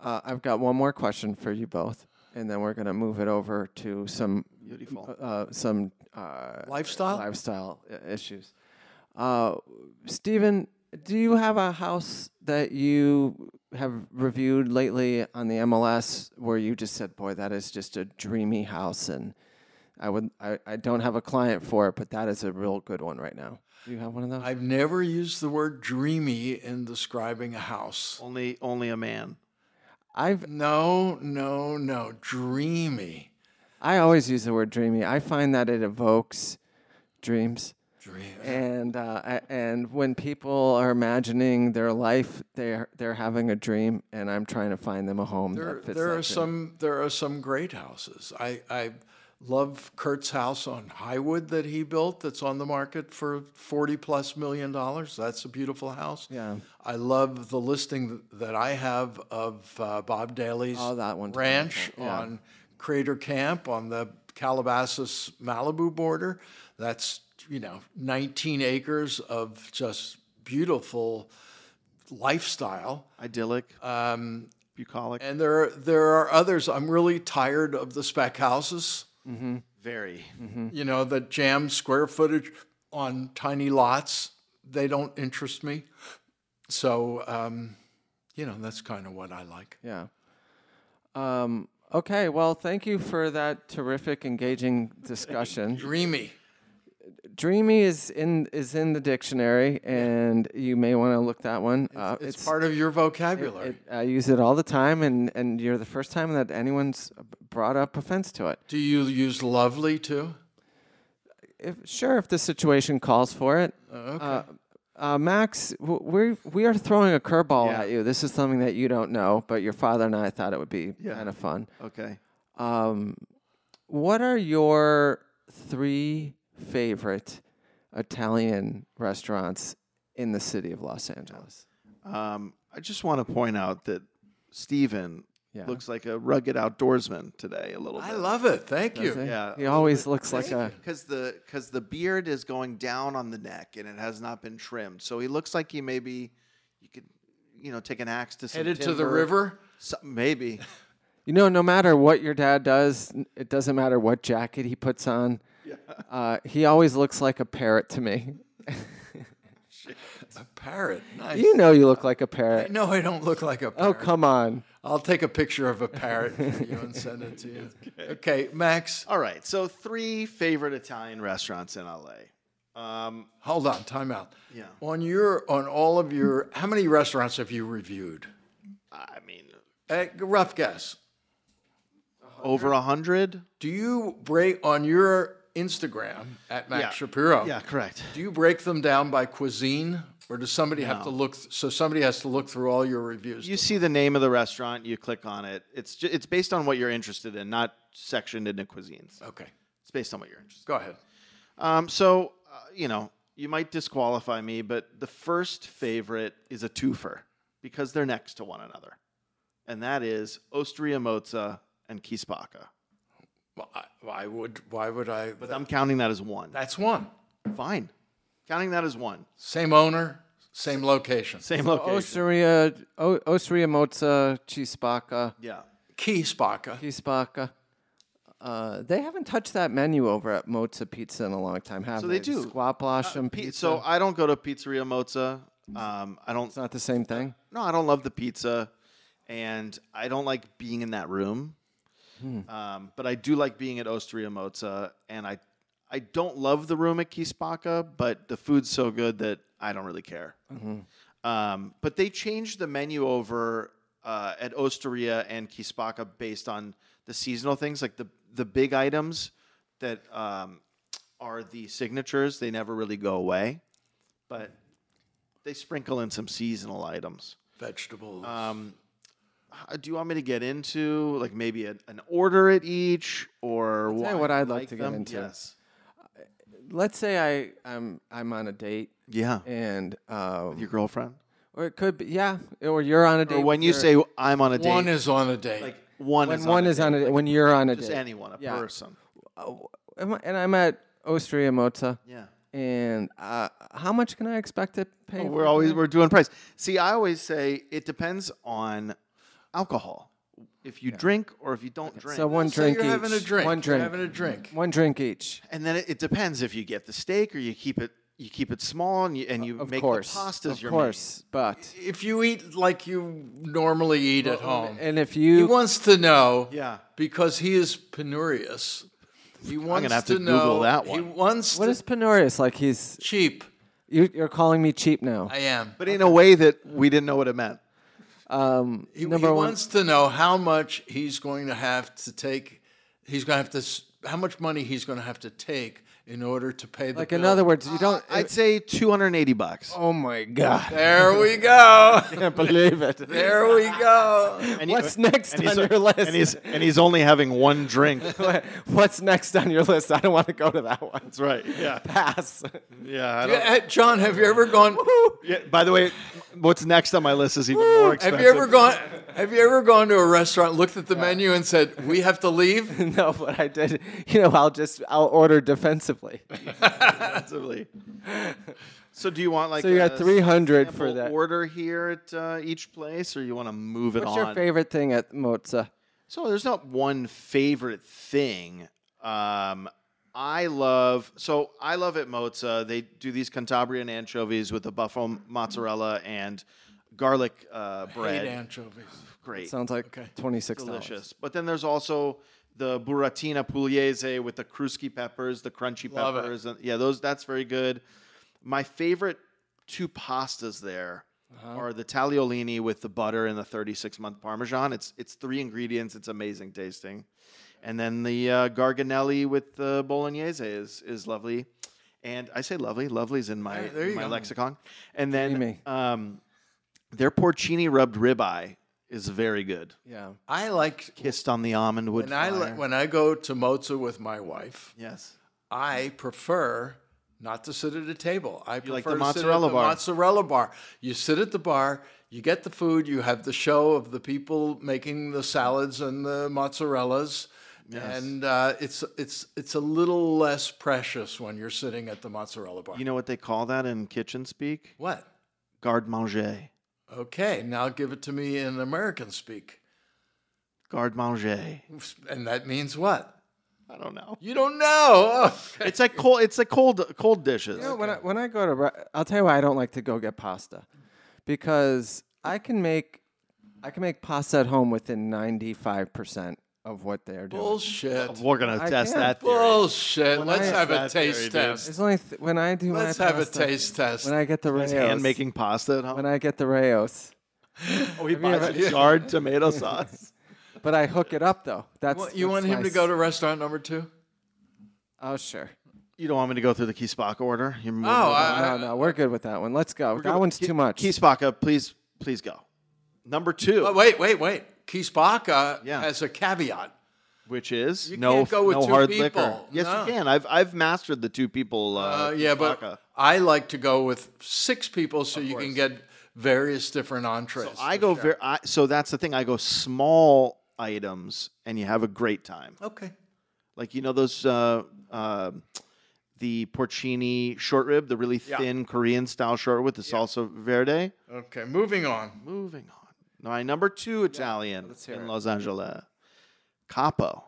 Speaker 1: Uh, I've got one more question for you both, and then we're going to move it over to some
Speaker 3: Beautiful.
Speaker 1: uh, some uh,
Speaker 2: Lifestyle?
Speaker 1: lifestyle i- issues. Uh, Stephen, do you have a house that you have reviewed lately on the MLS where you just said, "Boy, that is just a dreamy house," and I would I, I don't have a client for it, but that is a real good one right now. Do you have one of those?
Speaker 2: I've never used the word dreamy in describing a house.
Speaker 3: Only only a man.
Speaker 1: I've
Speaker 2: No, no, no. Dreamy.
Speaker 1: I always use the word dreamy. I find that it evokes dreams.
Speaker 2: Dreamy.
Speaker 1: and uh, I- and when people are imagining their life, they're they're having a dream, and I'm trying to find them a home
Speaker 2: There,
Speaker 1: that fits.
Speaker 2: there
Speaker 1: that
Speaker 2: are some there are some great houses. I, I love Kurt's house on Highwood that he built that's on the market for 40 plus million dollars. That's a beautiful house.
Speaker 1: Yeah.
Speaker 2: I love the listing th- that I have of uh, Bob Daly's
Speaker 1: Oh, that one.
Speaker 2: ranch on Crater Camp on the Calabasas Malibu border. That's, you know, 19 acres of just beautiful lifestyle.
Speaker 3: Idyllic. Um, bucolic.
Speaker 2: And there are, there are others. I'm really tired of the spec houses,
Speaker 3: Very.
Speaker 2: you know, that jam square footage on tiny lots. They don't interest me. So, um, You know, that's kind of what I like.
Speaker 1: Yeah. Um, okay. Well, thank you for that terrific, engaging discussion.
Speaker 2: Dreamy.
Speaker 1: Dreamy is in is in the dictionary, and you may want to look that one up.
Speaker 2: It's, part of your vocabulary.
Speaker 1: It, I use it all the time, and, and you're the first time that anyone's brought up offense to it.
Speaker 2: Do you use lovely too?
Speaker 1: If, sure, if the situation calls for it.
Speaker 3: Oh,
Speaker 2: Okay.
Speaker 1: Uh, Max, w- we're, we are throwing a curveball
Speaker 3: Yeah.
Speaker 1: at you. This is something that you don't know, but your father and I thought it would be
Speaker 3: Yeah.
Speaker 1: kind of fun.
Speaker 3: Okay.
Speaker 1: Um, what are your three favorite Italian restaurants in the city of Los Angeles?
Speaker 3: Um, I just want to point out that Steven
Speaker 1: Yeah.
Speaker 3: looks like a rugged outdoorsman today a little bit.
Speaker 2: I love it. Thank you.
Speaker 1: See?
Speaker 3: Yeah.
Speaker 1: He always looks like a.
Speaker 3: because the because the beard is going down on the neck and it has not been trimmed, so he looks like he maybe you could you know take an axe to some
Speaker 2: Headed to the
Speaker 3: timber.
Speaker 2: river.
Speaker 3: So-
Speaker 2: [LAUGHS]
Speaker 3: maybe
Speaker 1: You know, no matter what your dad does, n- it doesn't matter what jacket he puts on. Uh, he always looks like a parrot to me.
Speaker 2: A parrot. Nice.
Speaker 1: You know, you look like a parrot.
Speaker 2: No, I don't look like a
Speaker 1: Oh,
Speaker 2: parrot.
Speaker 1: come on.
Speaker 2: I'll take a picture of a parrot for you and send it to you. Okay, Max,
Speaker 3: All right, so three favorite Italian restaurants in LA. Um,
Speaker 2: hold on, time out.
Speaker 3: Yeah.
Speaker 2: On your on all of your how many restaurants have you reviewed?
Speaker 3: I mean,
Speaker 2: A rough guess.
Speaker 3: over a hundred.
Speaker 2: Do you break on your Instagram at Max
Speaker 3: Yeah.
Speaker 2: Shapiro?
Speaker 3: Yeah, correct.
Speaker 2: Do you break them down by cuisine, or does somebody have to look? Th- so somebody has to look through all your reviews.
Speaker 3: You see the name of the restaurant, you click on it. It's ju- it's based on what you're interested in, not sectioned into cuisines.
Speaker 2: okay,
Speaker 3: It's based on what you're interested.
Speaker 2: go ahead.
Speaker 3: in. Um, so uh, you know you might disqualify me, but the first favorite is a twofer because they're next to one another, and that is Ostria Mozza and Kisbaka.
Speaker 2: Well, I, why would why would I?
Speaker 3: But I'm counting that as one.
Speaker 2: that's one.
Speaker 3: Fine, counting that as one.
Speaker 2: Same owner, same location.
Speaker 3: Same location.
Speaker 1: Osteria, o- Osteria Mozza, Chispaca,
Speaker 3: yeah.
Speaker 2: Key Spaca.
Speaker 1: Chispaca. Uh, they haven't touched that menu over at Mozza Pizza in a long time, have
Speaker 3: So
Speaker 1: they?
Speaker 3: they do.
Speaker 1: Squaplash and
Speaker 3: Pe-
Speaker 1: pizza.
Speaker 3: So I don't go to Pizzeria Mozza. Um, I don't.
Speaker 1: it's not the same thing.
Speaker 3: No, I don't love the pizza, and I don't like being in that room. Um, but I do like being at Osteria Mozza, and I I don't love the room at Kispaca, but the food's so good that I don't really care. Um, but they changed the menu over uh, at Osteria and Kispaca based on the seasonal things, like the the big items that um, are the signatures. They never really go away, but they sprinkle in some seasonal items.
Speaker 2: Vegetables.
Speaker 3: Um, Uh, do you want me to get into like maybe an, an order at each or
Speaker 1: tell you
Speaker 3: why
Speaker 1: what
Speaker 3: I
Speaker 1: I'd like
Speaker 3: like
Speaker 1: to get
Speaker 3: them?
Speaker 1: into.
Speaker 3: Yes.
Speaker 1: Let's say I, I'm, I'm on a date
Speaker 3: Yeah.
Speaker 1: and. Um,
Speaker 3: Your girlfriend.
Speaker 1: Or it could be, yeah. Or you're on a date.
Speaker 3: Or when
Speaker 1: with
Speaker 3: you
Speaker 1: your-
Speaker 3: say I'm on a date,
Speaker 2: one is on a date.
Speaker 3: like one
Speaker 1: when
Speaker 3: is
Speaker 1: one
Speaker 3: on
Speaker 1: is
Speaker 3: a date.
Speaker 1: on a when you're on a
Speaker 3: just
Speaker 1: date.
Speaker 3: anyone, a
Speaker 1: Yeah.
Speaker 3: person.
Speaker 1: Oh, am I- and I'm at Osteria Mozza.
Speaker 3: Yeah.
Speaker 1: And uh, how much can I expect to pay? for
Speaker 3: Oh, We're
Speaker 1: the
Speaker 3: always
Speaker 1: dinner?
Speaker 3: we're doing price. See, I always say it depends on alcohol. If you drink or if you don't drink.
Speaker 1: so one
Speaker 2: so
Speaker 1: drink
Speaker 2: you're
Speaker 1: each.
Speaker 2: having a drink.
Speaker 1: One drink.
Speaker 2: You're having a drink.
Speaker 1: one drink each.
Speaker 3: and then it, it depends if you get the steak or you keep it you keep it small and you and you
Speaker 1: Uh, Of
Speaker 3: make
Speaker 1: course.
Speaker 3: the pastas
Speaker 1: of
Speaker 3: your main.
Speaker 1: course. But
Speaker 2: If you eat like you normally eat at home,
Speaker 1: and if
Speaker 2: he
Speaker 1: you
Speaker 2: wants to know.
Speaker 3: Yeah.
Speaker 2: Because he is penurious. He wants
Speaker 3: have to
Speaker 2: know.
Speaker 3: Google that
Speaker 2: He
Speaker 3: one.
Speaker 2: wants
Speaker 1: what
Speaker 2: to
Speaker 1: is penurious like? He's
Speaker 2: cheap.
Speaker 1: you, you're calling me cheap now.
Speaker 2: I am.
Speaker 3: But in a way that we didn't know what it meant.
Speaker 1: Um,
Speaker 2: He,
Speaker 1: number
Speaker 2: he
Speaker 1: one.
Speaker 2: wants to know how much he's going to have to take. He's going to have to. s- How much money he's going to have to take in order to pay the
Speaker 1: like
Speaker 2: bill.
Speaker 1: in other words, you
Speaker 3: [LAUGHS]
Speaker 1: don't.
Speaker 3: I'd say 280 bucks.
Speaker 1: oh my god!
Speaker 2: There
Speaker 3: [LAUGHS]
Speaker 2: we go.
Speaker 1: I can't believe it.
Speaker 2: There we
Speaker 3: [LAUGHS]
Speaker 2: go.
Speaker 3: And he-
Speaker 1: What's next
Speaker 3: and he's-
Speaker 1: on your list?
Speaker 3: And he's and he's only having one drink. [LAUGHS]
Speaker 1: [LAUGHS] What's next on your list? I don't want to go to that one.
Speaker 3: That's right. Yeah.
Speaker 1: Pass.
Speaker 3: Yeah. I don't,
Speaker 2: Yeah, John, have you ever
Speaker 3: [LAUGHS]
Speaker 2: gone?
Speaker 3: yeah. By the way, what's next on my list is even more
Speaker 2: Have
Speaker 3: expensive.
Speaker 2: you ever gone? Have you ever gone to a restaurant, looked at the menu, and said, "We have to leave"?
Speaker 1: [LAUGHS] no, but I did. You know, I'll just I'll order
Speaker 3: [LAUGHS]
Speaker 1: defensively.
Speaker 3: Extensively. [LAUGHS] So do you want like
Speaker 1: So you got
Speaker 3: a
Speaker 1: three hundred for
Speaker 3: sample
Speaker 1: that.
Speaker 3: order here at uh, each place, or you want to move it
Speaker 1: What's
Speaker 3: on?
Speaker 1: your favorite thing at Mozza?
Speaker 3: So there's not one favorite thing. Um, I love so I love at Mozza. They do these Cantabrian anchovies with the buffalo mozzarella and garlic uh, bread.
Speaker 2: Hate anchovies.
Speaker 3: Great,
Speaker 1: Sounds like
Speaker 2: Okay.
Speaker 1: $26.
Speaker 3: delicious. But then there's also the burratina pugliese with the kruski peppers, the crunchy
Speaker 2: Love it.
Speaker 3: peppers, and yeah, those that's very good. My favorite two pastas there
Speaker 2: Uh-huh.
Speaker 3: are the tagliolini with the butter and the 36 month parmesan. It's it's three ingredients. It's amazing tasting, and then the uh, garganelli with the bolognese is is lovely. And I say lovely, lovely's in my
Speaker 2: Hey, there you
Speaker 3: my
Speaker 2: go.
Speaker 3: lexicon. And
Speaker 1: Creamy.
Speaker 3: then um, their porcini rubbed ribeye is very good
Speaker 1: Yeah.
Speaker 2: I like
Speaker 3: kissed on the almond wood.
Speaker 2: when I li-
Speaker 3: fire.
Speaker 2: when I go to Mozza with my wife.
Speaker 3: yes,
Speaker 2: I prefer not to sit at a table. I prefer
Speaker 3: like
Speaker 2: to
Speaker 3: the
Speaker 2: sit
Speaker 3: mozzarella
Speaker 2: at the
Speaker 3: bar.
Speaker 2: mozzarella bar. You sit at the bar, you get the food, you have the show of the people making the salads and the mozzarellas. And uh, it's it's it's a little less precious when you're sitting at the mozzarella bar.
Speaker 3: you know what they call that in kitchen speak?
Speaker 2: what?
Speaker 3: Garde manger.
Speaker 2: Okay, now give it to me in American speak, [LAUGHS]
Speaker 3: Garde manger.
Speaker 2: and that means what?
Speaker 3: I don't know.
Speaker 2: You don't know. [LAUGHS]
Speaker 3: It's like cold. It's like cold cold dishes.
Speaker 1: You know, when I, when I go to, re- I'll tell you why I don't like to go get pasta, because I can make, I can make pasta at home within ninety five percent of what they're doing.
Speaker 2: Bullshit.
Speaker 3: We're gonna
Speaker 1: I
Speaker 3: test
Speaker 1: can't.
Speaker 3: that. Theory.
Speaker 2: Bullshit. Let's
Speaker 1: I-
Speaker 2: have a
Speaker 3: That's very
Speaker 2: taste
Speaker 3: good.
Speaker 2: test.
Speaker 1: It's only th- when I do my
Speaker 2: Let's have a
Speaker 1: pasta-
Speaker 2: taste test.
Speaker 1: When I get the rayos,
Speaker 3: Hand making pasta at
Speaker 2: [LAUGHS]
Speaker 3: home.
Speaker 1: When I get the rayos,
Speaker 3: oh, he buys a [LAUGHS] jarred tomato sauce.
Speaker 1: but I hook it up though. That's
Speaker 2: Well, you
Speaker 1: that's
Speaker 2: want him to
Speaker 1: nice.
Speaker 2: go to restaurant number two?
Speaker 1: Oh sure.
Speaker 3: You don't want me to go through the Kispaka order? You're moving
Speaker 2: Oh,
Speaker 3: on.
Speaker 2: I,
Speaker 1: no, no, we're good with that one. Let's go. That
Speaker 3: Go-
Speaker 1: one's
Speaker 3: Ki-
Speaker 1: too much.
Speaker 3: Kispaka, please, please go. Number two,
Speaker 2: I- oh, wait, wait, wait. Kispaka
Speaker 3: Yeah.
Speaker 2: has a caveat.
Speaker 3: which is
Speaker 2: You
Speaker 3: no,
Speaker 2: can't go with
Speaker 3: no
Speaker 2: two
Speaker 3: hard
Speaker 2: people.
Speaker 3: liquor. Yes,
Speaker 2: No.
Speaker 3: you can. I've I've mastered the two people. Uh,
Speaker 2: Uh, yeah,
Speaker 3: Kispaka.
Speaker 2: but I like to go with six people so you can get various different entrees.
Speaker 3: I go very. I, so that's the thing. I go small items, and you have a great time.
Speaker 2: okay.
Speaker 3: Like you know those uh, uh, the porcini short rib, the really thin Korean style short rib with the salsa verde.
Speaker 2: Okay, moving on.
Speaker 3: Moving on. My number two Italian in Los Angeles, Capo.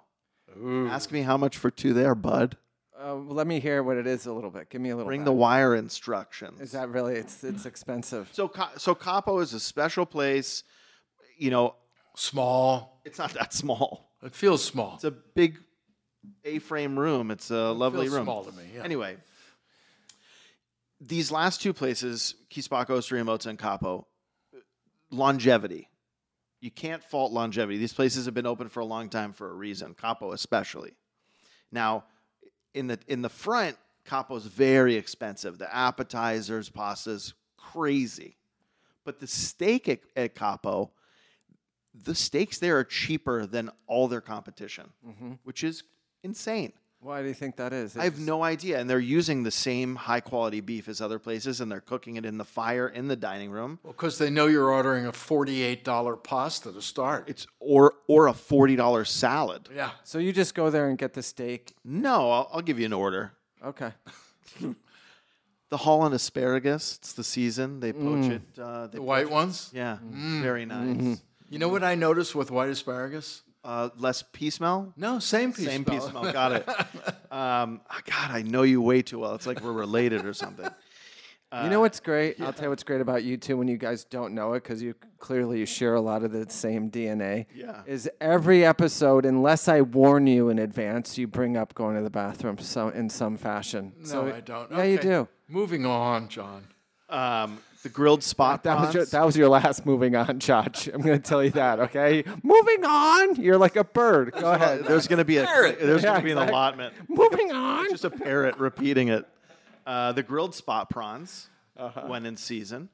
Speaker 3: Ask me how much for two there, bud.
Speaker 1: Uh, let me hear what it is a little bit. Give me a little.
Speaker 3: Bring the
Speaker 1: back.
Speaker 3: wire instructions.
Speaker 1: Is that really? It's it's expensive.
Speaker 3: so? Ca- So Capo is a special place. You know,
Speaker 2: Small.
Speaker 3: it's not that small.
Speaker 2: It feels small.
Speaker 3: It's a big A-frame room. It's a lovely
Speaker 2: feels
Speaker 3: room.
Speaker 2: small to me, yeah.
Speaker 3: Anyway, these last two places, Kispako, Suriamoto, and Capo, longevity. You can't fault longevity. These places have been open for a long time for a reason. Capo especially. Now, in the in the front, Capo's very expensive. The appetizers, pastas, crazy. But the steak at, at Capo, the steaks there are cheaper than all their competition, which is insane.
Speaker 1: Why do you think that is? It
Speaker 3: I have
Speaker 1: just-
Speaker 3: no idea. And they're using the same high quality beef as other places, and they're cooking it in the fire in the dining room.
Speaker 2: Because they know you're ordering a $48 pasta to start.
Speaker 3: It's or or a forty dollar salad.
Speaker 2: yeah.
Speaker 1: So you just go there and get the steak.
Speaker 3: No, I'll, I'll give you an order.
Speaker 1: Okay.
Speaker 3: The Holland asparagus. It's the season. They poach
Speaker 1: Mm.
Speaker 3: it. Uh, they
Speaker 2: The white ones?
Speaker 3: Yeah, very nice.
Speaker 1: Mm-hmm.
Speaker 2: You know what I noticed with white asparagus?
Speaker 3: Uh, less pea smell.
Speaker 2: No, same piece.
Speaker 3: Same pea
Speaker 1: [LAUGHS]
Speaker 3: smell. Got it. Um, ah, God, I know you way too well. It's like we're related or something.
Speaker 1: you know what's great? I'll tell you what's great about you two when you guys don't know it because you clearly you share a lot of the same DNA.
Speaker 3: Yeah.
Speaker 1: Is every episode, unless I warn you in advance, you bring up going to the bathroom so in some fashion.
Speaker 2: No,
Speaker 1: so
Speaker 2: I don't.
Speaker 1: Oh, Yeah, you
Speaker 2: Okay.
Speaker 1: do.
Speaker 2: Moving on, John.
Speaker 3: Um, the grilled spot.
Speaker 1: That was, your,
Speaker 3: prawns.
Speaker 1: that was your last moving on, Josh. I'm going to tell you that, okay? Moving on. You're like a bird. Go ahead.
Speaker 3: There's gonna be a there's
Speaker 1: Yeah,
Speaker 3: gonna be an
Speaker 1: exactly.
Speaker 3: allotment.
Speaker 1: Moving on.
Speaker 3: Just a parrot repeating it. Uh, the grilled spot prawns
Speaker 1: Uh-huh.
Speaker 3: when in season.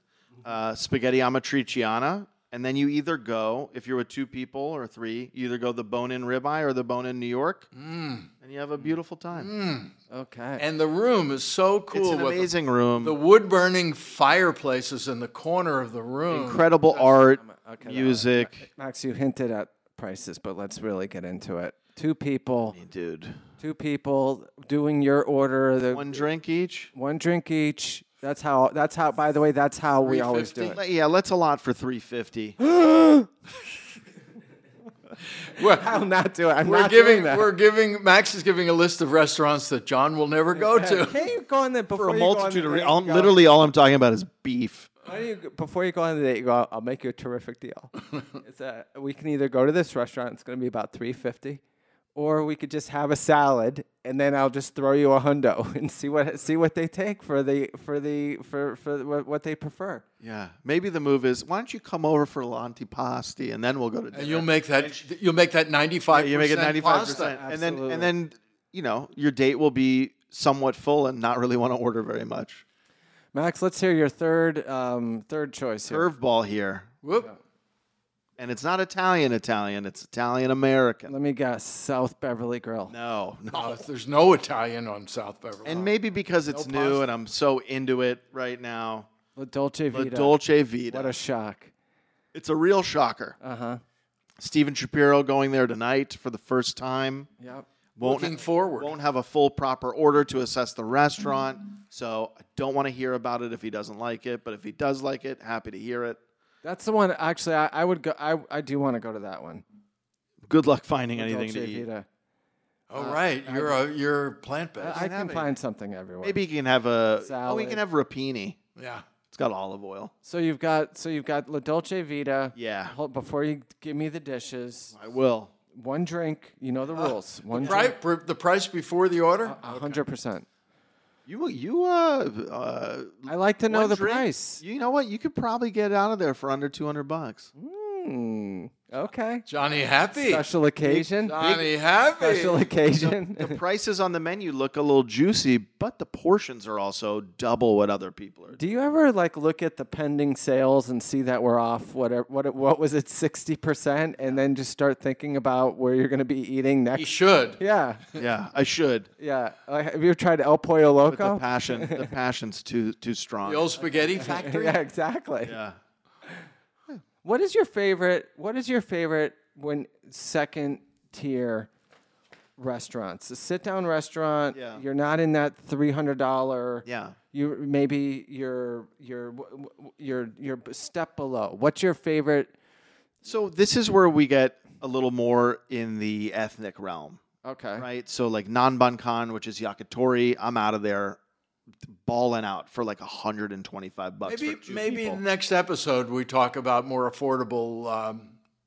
Speaker 3: Uh, spaghetti amatriciana. And then you either go, if you're with two people or three, you either go the bone in ribeye or the bone in New York.
Speaker 1: Mm.
Speaker 3: And you have a beautiful time.
Speaker 1: Okay.
Speaker 2: And the room is so cool
Speaker 3: It's an
Speaker 2: with
Speaker 3: amazing room.
Speaker 2: the wood burning fireplaces in the corner of the room.
Speaker 3: Incredible art,
Speaker 1: okay, that-
Speaker 3: music.
Speaker 1: Max, you hinted at prices, but let's really get into it. Two people,
Speaker 3: Dude.
Speaker 1: two people doing your order, the one,
Speaker 3: One drink each.
Speaker 1: drink each. That's how, that's how, by the way, that's how we always do it.
Speaker 2: $3.50?
Speaker 3: Le- Yeah, let's allot
Speaker 1: [GASPS]
Speaker 3: for 350.
Speaker 2: We're,
Speaker 1: I'll not do it. [LAUGHS] I'm
Speaker 2: we're
Speaker 1: not
Speaker 2: giving
Speaker 1: doing that.
Speaker 2: we're giving Max is giving a list of restaurants that John will never go to.
Speaker 1: Can't you go on there before
Speaker 3: for a
Speaker 1: you go on
Speaker 3: multitude
Speaker 1: the
Speaker 3: of re-
Speaker 1: thing?
Speaker 3: all,
Speaker 1: Go,
Speaker 3: literally all I'm talking about is beef.
Speaker 1: Why don't you, go- before you go on the date, you go, I'll make you a terrific deal. it's a, we can either go to this restaurant, it's going to be about 350 or we could just have a salad and then I'll just throw you a hundo [LAUGHS] and see what see what they take for the for the for for what, what they prefer.
Speaker 3: Yeah. Maybe the move is why don't you come over for l'antipasti and then we'll go to dinner.
Speaker 2: And you'll make that you'll make that ninety five.
Speaker 3: you make it ninety five percent, and then
Speaker 1: Absolutely.
Speaker 3: and then you know your date will be somewhat full and not really want to order very much.
Speaker 1: Max, let's hear your third um, third choice here.
Speaker 3: Curveball here,
Speaker 2: Whoop.
Speaker 3: and it's not Italian Italian, it's Italian American.
Speaker 1: Let me guess, South Beverly Grill.
Speaker 3: No, no.
Speaker 2: Uh, there's no Italian on South Beverly.
Speaker 3: And maybe because it's new and I'm so into it right now,
Speaker 1: La Dolce
Speaker 3: the
Speaker 1: Vita.
Speaker 3: Dolce
Speaker 1: what a
Speaker 3: Vita.
Speaker 1: shock.
Speaker 3: it's a real shocker.
Speaker 1: Uh huh.
Speaker 3: Steven Shapiro going there tonight for the first time.
Speaker 1: Yep.
Speaker 3: Won't
Speaker 2: looking forward.
Speaker 3: won't have a full proper order to assess the restaurant. So I don't want to hear about it if he doesn't like it. But if he does like it, happy to hear it.
Speaker 1: That's the one. Actually, I, I would go. I, I do want to go to that one.
Speaker 3: Good luck finding anything
Speaker 1: Dolce
Speaker 3: to eat.
Speaker 1: Vita.
Speaker 2: All right, you're a you're plant based.
Speaker 1: I can
Speaker 3: have it.
Speaker 1: find something everywhere.
Speaker 3: Maybe he can have a. Oh, he
Speaker 1: Salad.
Speaker 3: can have rapini.
Speaker 2: yeah.
Speaker 3: It's got olive oil.
Speaker 1: So you've got so you've got La Dolce Vita.
Speaker 3: Yeah.
Speaker 1: Hold, before you give me the dishes,
Speaker 3: I will.
Speaker 1: one drink. You know the
Speaker 3: Ah,
Speaker 1: rules. One
Speaker 2: Right.
Speaker 1: drink.
Speaker 2: pr- The price before the order.
Speaker 1: A hundred percent.
Speaker 3: You you uh. uh
Speaker 1: I like to know
Speaker 3: one
Speaker 1: the
Speaker 3: drink,
Speaker 1: price.
Speaker 3: You know what? You could probably get out of there for under two hundred bucks.
Speaker 1: Mm. Hmm. Okay.
Speaker 2: Johnny happy.
Speaker 1: Special occasion.
Speaker 2: Johnny happy.
Speaker 1: Special occasion. [LAUGHS]
Speaker 3: The prices on the menu look a little juicy, but the portions are also double what other people are.
Speaker 1: Do you ever like look at the pending sales and see that we're off whatever what it- what was it sixty percent and then just start thinking about where you're going to be eating
Speaker 2: He
Speaker 1: next?
Speaker 2: should.
Speaker 1: Yeah,
Speaker 3: Yeah, I should.
Speaker 1: yeah. Like, have you tried El Pollo
Speaker 3: But the
Speaker 1: Loco?
Speaker 3: passion, the passion's too too strong.
Speaker 2: The old spaghetti
Speaker 1: [LAUGHS]
Speaker 2: factory.
Speaker 1: yeah, exactly.
Speaker 3: yeah.
Speaker 1: What is your favorite? What is your favorite when second tier restaurants? A sit down restaurant.
Speaker 3: Yeah.
Speaker 1: You're not in that three hundred dollar.
Speaker 3: Yeah.
Speaker 1: You maybe you're you're w- w- you're you're a step below. What's your favorite?
Speaker 3: So this is where we get a little more in the ethnic realm,
Speaker 1: Okay.
Speaker 3: right? So like nanbankan, which is yakitori, I'm out of there, balling out for like 125 bucks.
Speaker 2: Maybe
Speaker 3: for two
Speaker 2: maybe
Speaker 3: people.
Speaker 2: next episode we talk about more affordable um,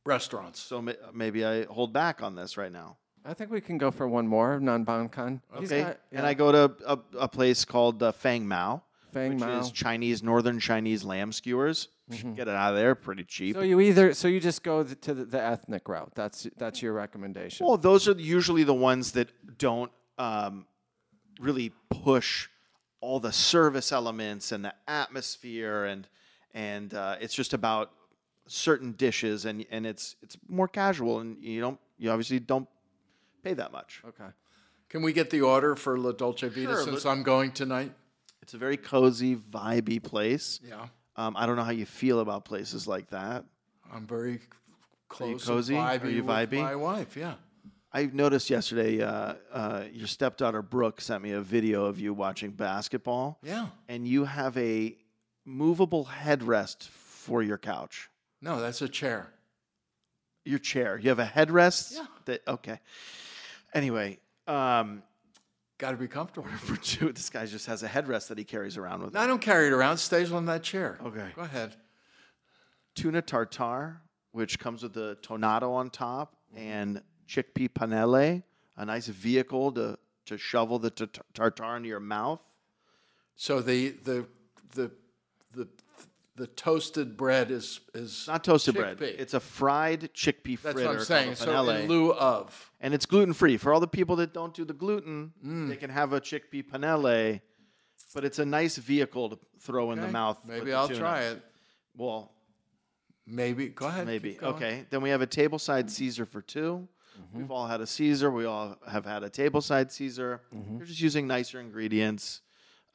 Speaker 2: restaurants.
Speaker 3: So ma- maybe I hold back on this right now.
Speaker 1: I think we can go for one more non bankan.
Speaker 3: Okay. And I go to a, a place called uh, Fang Mao,
Speaker 1: Fang
Speaker 3: which
Speaker 1: Mao.
Speaker 3: is Chinese Northern Chinese lamb skewers. Get it out of there, pretty cheap.
Speaker 1: So you either so you just go th- to the, the ethnic route. That's that's your recommendation.
Speaker 3: Well, those are usually the ones that don't um, really push all the service elements and the atmosphere, and and uh, it's just about certain dishes, and and it's it's more casual, and you don't you obviously don't pay that much.
Speaker 1: okay.
Speaker 2: Can we get the order for La Dolce Vita
Speaker 3: Sure,
Speaker 2: since I'm going tonight?
Speaker 3: It's a very cozy, vibey place.
Speaker 2: Yeah,
Speaker 3: Um, I don't know how you feel about places like that.
Speaker 2: I'm very close. and
Speaker 3: cozy? Are
Speaker 2: vibey
Speaker 3: you
Speaker 2: with
Speaker 3: vibey?
Speaker 2: My wife. Yeah.
Speaker 3: I noticed yesterday uh, uh, your stepdaughter Brooke sent me a video of you watching basketball.
Speaker 2: Yeah.
Speaker 3: and you have a movable headrest for your couch,
Speaker 2: No, that's a chair.
Speaker 3: your chair. You have a headrest.
Speaker 2: Yeah.
Speaker 3: That okay. Anyway, um, [LAUGHS]
Speaker 2: Got to be comfortable. [LAUGHS]
Speaker 3: for two, this guy just has a headrest that he carries around with
Speaker 2: No, I
Speaker 3: him.
Speaker 2: don't carry it around. It Stays on that chair.
Speaker 3: Okay.
Speaker 2: Go ahead.
Speaker 3: Tuna tartare, which comes with the tonado on top,
Speaker 2: Mm-hmm.
Speaker 3: and chickpea panelle, a nice vehicle to to shovel the t- tartare into your mouth.
Speaker 2: So the the the the the toasted bread is is
Speaker 3: Not toasted bread.
Speaker 2: Chickpea.
Speaker 3: It's a fried chickpea
Speaker 2: that's
Speaker 3: fritter
Speaker 2: what I'm saying.
Speaker 3: called a
Speaker 2: So
Speaker 3: panelle.
Speaker 2: in lieu of
Speaker 3: and it's gluten free. For all the people that don't do the gluten,
Speaker 2: Mm.
Speaker 3: they can have a chickpea panelle, but it's a nice vehicle to throw in the
Speaker 2: Okay,
Speaker 3: mouth. with
Speaker 2: Maybe
Speaker 3: the
Speaker 2: I'll
Speaker 3: tuna.
Speaker 2: try it.
Speaker 3: Well,
Speaker 2: Maybe go ahead.
Speaker 3: maybe.
Speaker 2: keep going. Mm-hmm.
Speaker 3: Okay. Then we have a tableside Caesar for 2 we We've all had a Caesar. We all have had a tableside Caesar.
Speaker 2: Mm-hmm.
Speaker 3: They're just using nicer ingredients.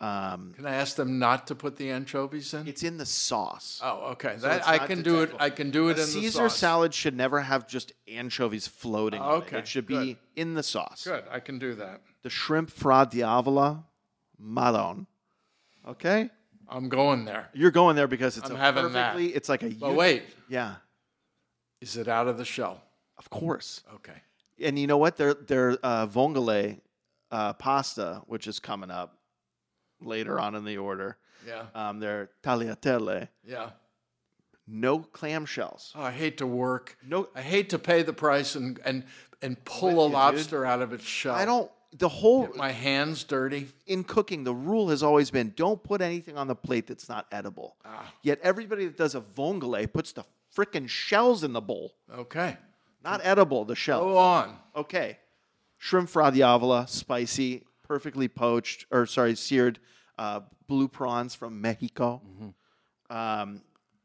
Speaker 3: Um,
Speaker 2: Can I ask them not to put the anchovies in?
Speaker 3: it's in the sauce.
Speaker 2: oh, okay.
Speaker 3: So
Speaker 2: that
Speaker 3: it's
Speaker 2: I
Speaker 3: not
Speaker 2: can do it.
Speaker 3: detectable.
Speaker 2: I can do it
Speaker 3: a
Speaker 2: in
Speaker 3: Caesar
Speaker 2: the sauce.
Speaker 3: salad should never have just anchovies floating. on it.
Speaker 2: Okay,
Speaker 3: It. should be
Speaker 2: good.
Speaker 3: in the sauce.
Speaker 2: Good. I can do that.
Speaker 3: The shrimp fra diavola, madon. Okay.
Speaker 2: I'm going there.
Speaker 3: You're going there because it's
Speaker 2: I'm
Speaker 3: a
Speaker 2: having that.
Speaker 3: perfectly. It's like a.
Speaker 2: But
Speaker 3: uni-
Speaker 2: wait,
Speaker 3: Yeah,
Speaker 2: is it out of the shell?
Speaker 3: of course.
Speaker 2: Okay.
Speaker 3: And you know what? Their their uh, vongole uh, pasta, which is coming up, later on in the order.
Speaker 2: Yeah.
Speaker 3: Um, they're tagliatelle,
Speaker 2: Yeah.
Speaker 3: no clamshells.
Speaker 2: Oh, I hate to work.
Speaker 3: No-
Speaker 2: I hate to pay the price and and and pull a
Speaker 3: you, dude.
Speaker 2: lobster out of its shell.
Speaker 3: I don't. The whole
Speaker 2: My hands dirty.
Speaker 3: in cooking, the rule has always been don't put anything on the plate that's not edible.
Speaker 2: Ah.
Speaker 3: Yet everybody that does a vongole puts the frickin' shells in the bowl.
Speaker 2: Okay.
Speaker 3: Not edible, the
Speaker 2: Go
Speaker 3: shells.
Speaker 2: on.
Speaker 3: Okay. Shrimp fra diavola, spicy, perfectly poached, or sorry, seared uh, blue prawns from Mexico.
Speaker 2: Mm-hmm.
Speaker 3: Um,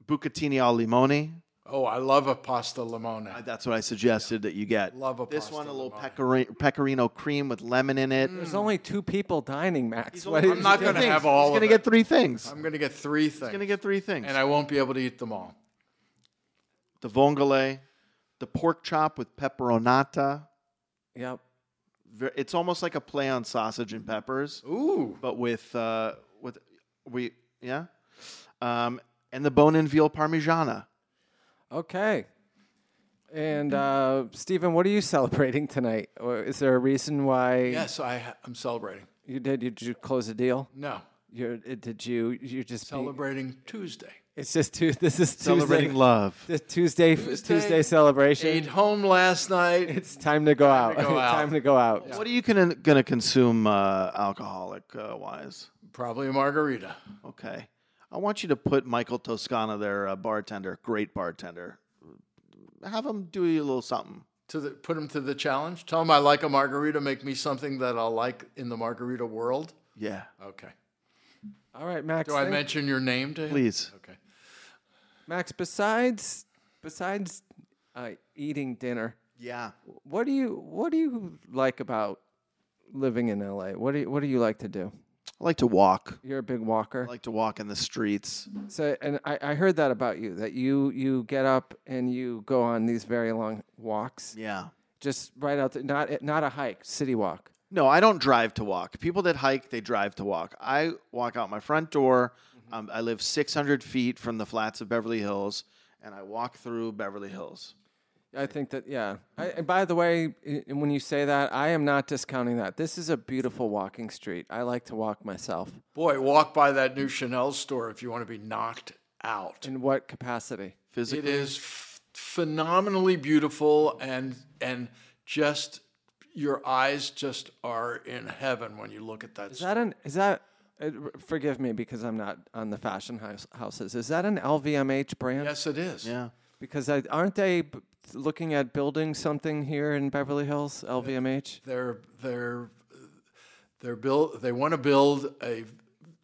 Speaker 3: bucatini al limone.
Speaker 2: Oh, I love a pasta limone.
Speaker 3: Uh, That's what I suggested that you get.
Speaker 2: Love a
Speaker 3: This
Speaker 2: pasta
Speaker 3: one, a little
Speaker 2: limone. Mm.
Speaker 3: pecori- pecorino cream with lemon in it.
Speaker 1: There's only two people dining, Max. What
Speaker 2: Hmm. I'm
Speaker 1: is-
Speaker 2: not
Speaker 3: Three
Speaker 2: going to
Speaker 3: things.
Speaker 2: have all
Speaker 3: He's
Speaker 2: of
Speaker 3: gonna
Speaker 2: it.
Speaker 3: get three things.
Speaker 2: I'm going to get three things.
Speaker 3: He's gonna get three things.
Speaker 2: and I won't be able to eat them all.
Speaker 3: the vongole, the pork chop with pepperonata.
Speaker 1: [LAUGHS] Yep.
Speaker 3: Ver- It's almost like a play on sausage and peppers,
Speaker 2: Ooh.
Speaker 3: but with uh, with we yeah, um, and the bone-in veal parmigiana.
Speaker 1: Okay. And uh, Stephen, what are you [LAUGHS] celebrating tonight? Or Is there a reason why
Speaker 2: Yes, I ha- I'm celebrating.
Speaker 1: you did? Did you close a deal?
Speaker 2: No,
Speaker 1: You're, uh, did you? You just be-
Speaker 2: celebrating Tuesday.
Speaker 1: it's just two. This is
Speaker 3: Celebrating
Speaker 1: Tuesday,
Speaker 3: love.
Speaker 1: [LAUGHS] this Tuesday, f- Tuesday, celebration.
Speaker 2: Ate home last night.
Speaker 1: It's time to go out.
Speaker 2: to go out.
Speaker 1: [LAUGHS] time to go out.
Speaker 3: What are you gonna gonna consume uh, alcoholic uh, wise?
Speaker 2: Probably a margarita.
Speaker 3: Okay, I want you to put Michael Toscana, their uh, bartender, great bartender. Have him do you a little something.
Speaker 2: To the, put him to the challenge. Tell him I like a margarita. Make me something that I'll like in the margarita world.
Speaker 3: Yeah,
Speaker 2: Okay.
Speaker 1: All right, Max.
Speaker 2: Do I
Speaker 1: thank-
Speaker 2: mention your name to him?
Speaker 3: please.
Speaker 2: Okay.
Speaker 1: Max, besides besides uh, eating dinner,
Speaker 3: Yeah.
Speaker 1: what do you what do you like about living in LA? What do you, what do you like to do?
Speaker 3: I like to walk.
Speaker 1: You're a big walker.
Speaker 3: I like to walk in the streets.
Speaker 1: So, and I, I heard that about you that you you get up and you go on these very long walks,
Speaker 3: Yeah.
Speaker 1: just right out there, not not a hike, city walk.
Speaker 3: No, I don't drive to walk. People that hike, they drive to walk. I walk out my front door. Um, I live 600 feet from the flats of Beverly Hills, and I walk through Beverly Hills.
Speaker 1: I think that yeah. I, and by the way, i- and when you say that, I am not discounting that. This is a beautiful walking street. I like to walk myself.
Speaker 2: Boy, walk by that new Chanel store if you want to be knocked out.
Speaker 1: In what capacity?
Speaker 3: Physically,
Speaker 2: It is f- phenomenally beautiful, and and just your eyes just are in heaven when you look at that.
Speaker 1: Is that an is that? Uh, r- forgive me because I'm not on the fashion house, houses. Is that an LVMH brand?
Speaker 2: yes, it is.
Speaker 3: yeah.
Speaker 1: Because I, aren't they b- looking at building something here in Beverly Hills? LVMH.
Speaker 2: they're they're they're build they want to build a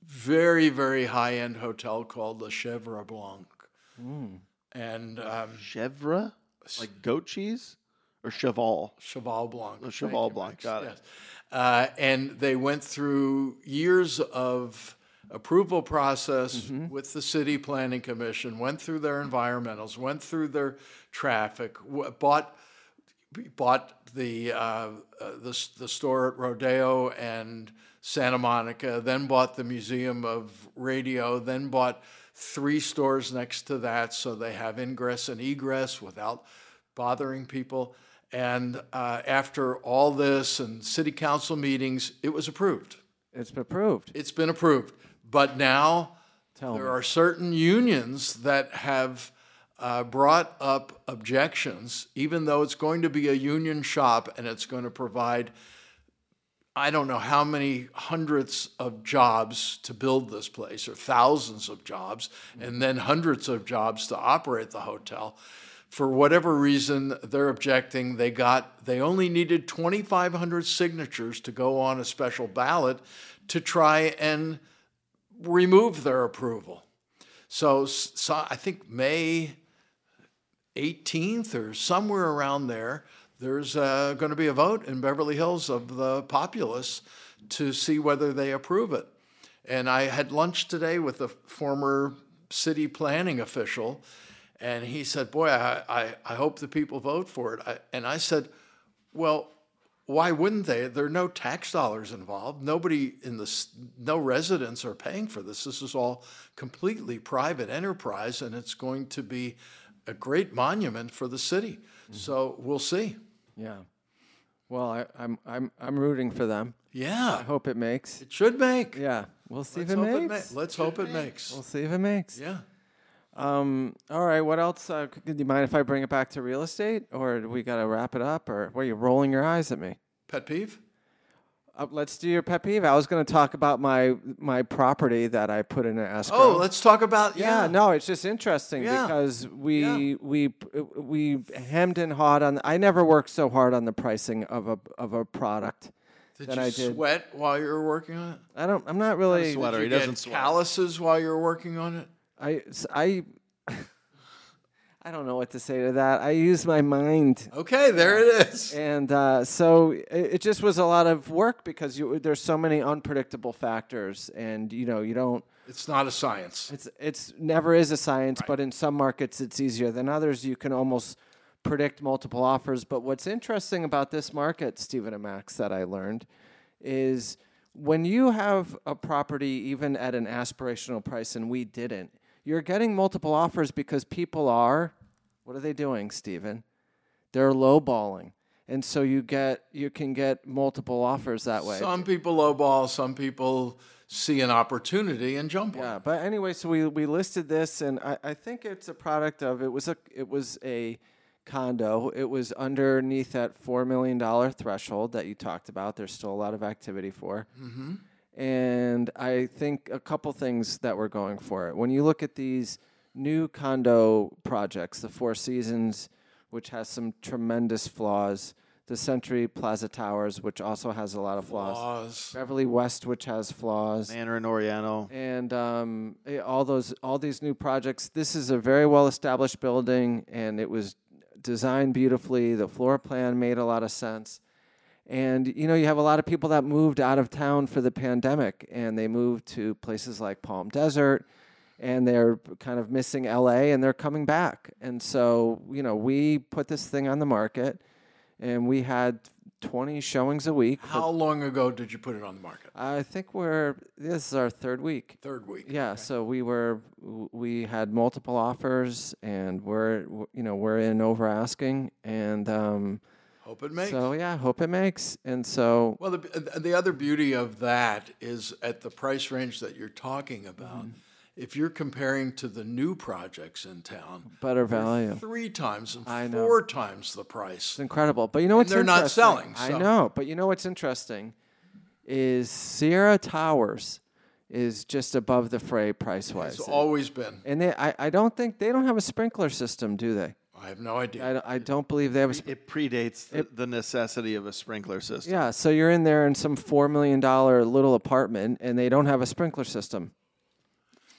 Speaker 2: very very high end hotel called Le Chèvre Blanc,
Speaker 3: Hmm.
Speaker 2: and um,
Speaker 3: Chevre, like goat cheese, or Cheval,
Speaker 2: Cheval Blanc.
Speaker 3: Cheval Blanc. Got it.
Speaker 2: Yes. Uh, and they went through years of approval process
Speaker 3: Mm-hmm.
Speaker 2: with the city planning commission, went through their environmentals, went through their traffic, w- bought bought the uh, uh, the, s- the store at Rodeo and Santa Monica, then bought the Museum of Radio, then bought three stores next to that, so they have ingress and egress without bothering people. And uh, after all this and city council meetings, it was approved.
Speaker 1: It's approved.
Speaker 2: It's been approved. But now there are certain unions that have uh, brought up objections, even though it's going to be a union shop and it's going to provide, I don't know how many hundreds of jobs to build this place, or thousands of jobs, and then hundreds of jobs to operate the hotel. For whatever reason, they're objecting. They got they only needed 2,500 signatures to go on a special ballot to try and remove their approval. So, s- so I think May 18th or somewhere around there, there's uh, going to be a vote in Beverly Hills of the populace to see whether they approve it. And I had lunch today with a former city planning official, and he said, Boy, I, I, I hope the people vote for it. I, and I said, Well, why wouldn't they? There are no tax dollars involved. Nobody in this, no residents are paying for this. This is all completely private enterprise, and it's going to be a great monument for the city. So we'll see.
Speaker 1: Yeah. Well, I, I'm I'm I'm rooting for them.
Speaker 2: Yeah,
Speaker 1: Hope it makes.
Speaker 2: it should make.
Speaker 1: Yeah. We'll see
Speaker 2: Let's
Speaker 1: if it
Speaker 2: hope it
Speaker 1: makes.
Speaker 2: ma- Let's hope it makes.
Speaker 1: we'll see if it makes.
Speaker 2: Yeah.
Speaker 1: Um, all right. What else? Uh, c- do you mind if I bring it back to real estate, or do we got to wrap it up? Or were you rolling your eyes at me?
Speaker 2: Pet peeve?
Speaker 1: Uh, let's do your pet peeve. I was going to talk about my my property that I put in an escrow.
Speaker 2: Oh, let's talk about
Speaker 1: yeah,
Speaker 2: yeah.
Speaker 1: no, it's just interesting
Speaker 2: Yeah.
Speaker 1: because we
Speaker 2: Yeah.
Speaker 1: we we hemmed and hawed on. I never worked so hard on the pricing of a of a product
Speaker 2: Did
Speaker 1: than
Speaker 2: you
Speaker 1: I did.
Speaker 2: sweat while you were working on it?
Speaker 1: I don't. I'm not really.
Speaker 3: sweater.
Speaker 2: Did
Speaker 3: He
Speaker 2: you
Speaker 3: doesn't
Speaker 2: get
Speaker 3: sweat.
Speaker 2: calluses while you were working on it?
Speaker 1: I s- I. I don't know what to say to that. I use my mind
Speaker 2: Okay, there it is.
Speaker 1: and uh, so it, it just was a lot of work because you, there's so many unpredictable factors, and you know you don't.
Speaker 2: It's not a science.
Speaker 1: It's it's never is a science, but in some markets it's easier than others. You can almost predict multiple offers. But what's interesting about this market, Stephen and Max, that I learned, is when you have a property even at an aspirational price, and we didn't, you're getting multiple offers because people are. What are they doing, Stephen? They're lowballing, and so you get you can get multiple offers that way.
Speaker 2: Some people lowball, some people see an opportunity and jump on
Speaker 1: Yeah,
Speaker 2: it.
Speaker 1: Uh, but anyway, so we, we listed this, and I, I think it's a product of it was a it was a condo. It was underneath that four million dollar threshold that you talked about. There's still a lot of activity for, mm-hmm. and I think a couple things that we're going for it. When you look at these new condo projects, the Four Seasons, which has some tremendous flaws, the Century Plaza Towers, which also has a lot of flaws,
Speaker 2: Laws.
Speaker 1: Beverly West, which has flaws
Speaker 3: Manor and Oriental.
Speaker 1: and um, eh, all those all these new projects. This is a very well established building, and it was designed beautifully. The floor plan made a lot of sense, and you know you have a lot of people that moved out of town for the pandemic, and they moved to places like Palm Desert, and they're kind of missing LA, and they're coming back. And so you know we put this thing on the market, and we had. 20 showings a week.
Speaker 2: How long ago did you put it on the market?
Speaker 1: I think we're, this is our third week.
Speaker 2: Third week.
Speaker 1: Yeah, so we were w- we had multiple offers, and we're w- you know we're in over asking, and um,
Speaker 2: Hope it makes.
Speaker 1: so yeah, hope it makes. And so
Speaker 2: Well, the, uh, the other beauty of that is at the price range that you're talking about,
Speaker 1: Mm-hmm.
Speaker 2: if you're comparing to the new projects in town,
Speaker 1: better value,
Speaker 2: three times and
Speaker 1: I know.
Speaker 2: four times the price.
Speaker 1: it's incredible. But you know what's
Speaker 2: they're not
Speaker 1: interesting?
Speaker 2: selling,
Speaker 1: I
Speaker 2: so-
Speaker 1: know, but you know what's interesting is Sierra Towers is just above the fray price wise,
Speaker 2: It's always been.
Speaker 1: and they I, I don't think they don't have a sprinkler system, do they?
Speaker 2: I have no idea.
Speaker 1: I, don't- I don't believe they have a. Sp-
Speaker 3: It predates the, the necessity of a sprinkler system.
Speaker 1: yeah, so you're in there in some four million dollar little apartment, and they don't have a sprinkler system.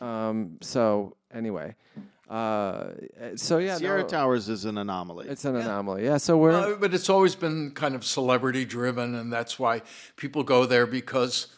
Speaker 1: Um. So anyway, uh, uh, so yeah,
Speaker 3: Sierra
Speaker 1: no,
Speaker 3: Towers is an anomaly.
Speaker 1: it's an anomaly. Yeah. So we're
Speaker 2: Uh, but it's always been kind of celebrity driven, and that's why people go there because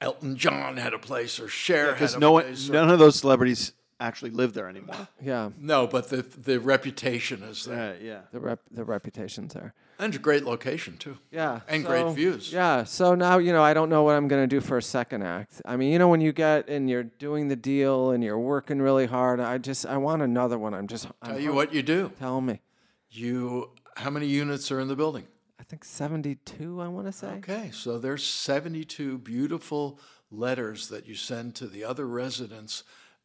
Speaker 2: Elton John had a place or Cher
Speaker 3: Because
Speaker 2: had a
Speaker 3: no one,
Speaker 2: place. or-
Speaker 3: none of those celebrities actually live there anymore.
Speaker 1: yeah,
Speaker 2: no, but the the reputation is there,
Speaker 3: Right, yeah.
Speaker 1: the rep the reputation's there.
Speaker 2: and a great location too.
Speaker 1: Yeah.
Speaker 2: And great
Speaker 1: so-
Speaker 2: views.
Speaker 1: Yeah. So now, you know, I don't know what I'm going to do for a second act. I mean, you know, when you get and you're doing the deal and you're working really hard, I just, I want another one. I'm just, I'm
Speaker 2: Tell you what you do.
Speaker 1: tell me.
Speaker 2: You how many units are in the building?
Speaker 1: I think 72, I want to say.
Speaker 2: Okay, so there's 72 beautiful letters that you send to the other residents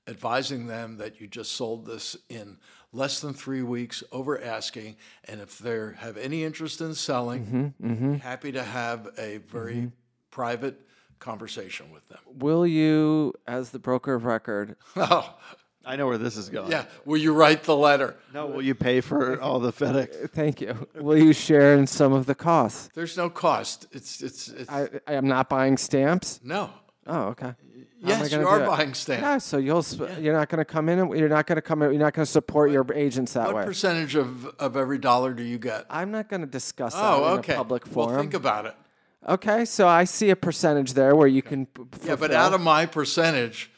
Speaker 2: advising them that you just sold this in less than three weeks over asking. And if they have any interest in selling,
Speaker 1: Mm-hmm,
Speaker 2: happy to have a very private conversation with them. [LAUGHS]
Speaker 1: Will you, as the broker of record,
Speaker 2: Oh,
Speaker 3: I know where this is going.
Speaker 2: yeah, will you write the letter?
Speaker 3: No, will you pay for all the FedEx?
Speaker 1: Thank you. Will you share in some of the costs?
Speaker 2: There's no cost. It's, it's, it's
Speaker 1: I, I am not buying stamps.
Speaker 2: no.
Speaker 1: Oh, okay.
Speaker 2: Yes,
Speaker 1: gonna do
Speaker 2: you are
Speaker 1: that?
Speaker 2: buying stamps.
Speaker 1: Yeah, so you'll sp- you're not going to come in. and You're not going to come in. You're not going to support your agents that
Speaker 2: What
Speaker 1: way.
Speaker 2: percentage of, of every dollar do you get?
Speaker 1: I'm not going to discuss
Speaker 2: Oh,
Speaker 1: that in
Speaker 2: okay.
Speaker 1: a public
Speaker 2: well,
Speaker 1: forum.
Speaker 2: think about it.
Speaker 1: okay, so I see a percentage there where you can. p-
Speaker 2: Yeah, but
Speaker 1: fulfill.
Speaker 2: out of my percentage,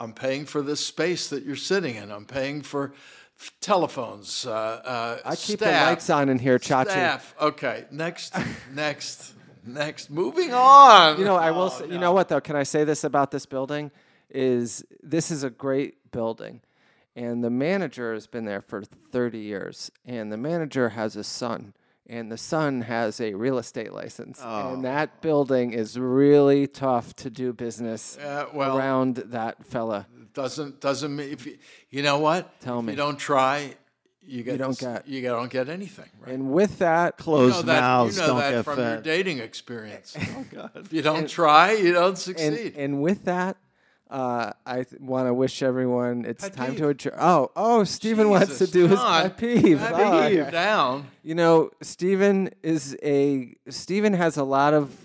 Speaker 2: I'm paying for this space that you're sitting in. I'm paying for f- telephones. Uh, uh,
Speaker 1: I keep
Speaker 2: staff,
Speaker 1: the lights on in here, Chachi.
Speaker 2: Staff. Okay. Next. [LAUGHS] next. Next. Moving on.
Speaker 1: You know, I will.
Speaker 2: Oh,
Speaker 1: say, You know what though? Can I say this about this building? Is this is a great building, and the manager has been there for 30 years, and the manager has a son, and the son has a real estate license,
Speaker 3: Oh.
Speaker 1: and that building is really tough to do business
Speaker 2: Uh, well,
Speaker 1: around that fella.
Speaker 2: doesn't doesn't mean if you, you know what?
Speaker 1: Tell
Speaker 2: If
Speaker 1: me.
Speaker 2: you don't try, you get
Speaker 1: don't
Speaker 2: this-
Speaker 1: get-
Speaker 2: you don't get anything. Right?
Speaker 1: And with that,
Speaker 2: You
Speaker 3: Closed
Speaker 2: know that,
Speaker 3: mouths
Speaker 2: you know
Speaker 3: don't
Speaker 2: that
Speaker 3: get
Speaker 2: from your
Speaker 3: fed.
Speaker 1: [LAUGHS]
Speaker 2: dating experience. oh God! If you don't try, you don't
Speaker 1: and,
Speaker 2: succeed.
Speaker 1: and with that, uh, I th- want to wish everyone it's
Speaker 2: Pet
Speaker 1: time
Speaker 2: peeve.
Speaker 1: to adjourn. Oh, oh, Stephen wants to
Speaker 2: Jesus,
Speaker 1: do his
Speaker 2: John,
Speaker 1: pet peeve.
Speaker 2: pet
Speaker 1: Oh,
Speaker 2: peeve
Speaker 1: okay.
Speaker 2: down.
Speaker 1: You know, Stephen is a Stephen has a lot of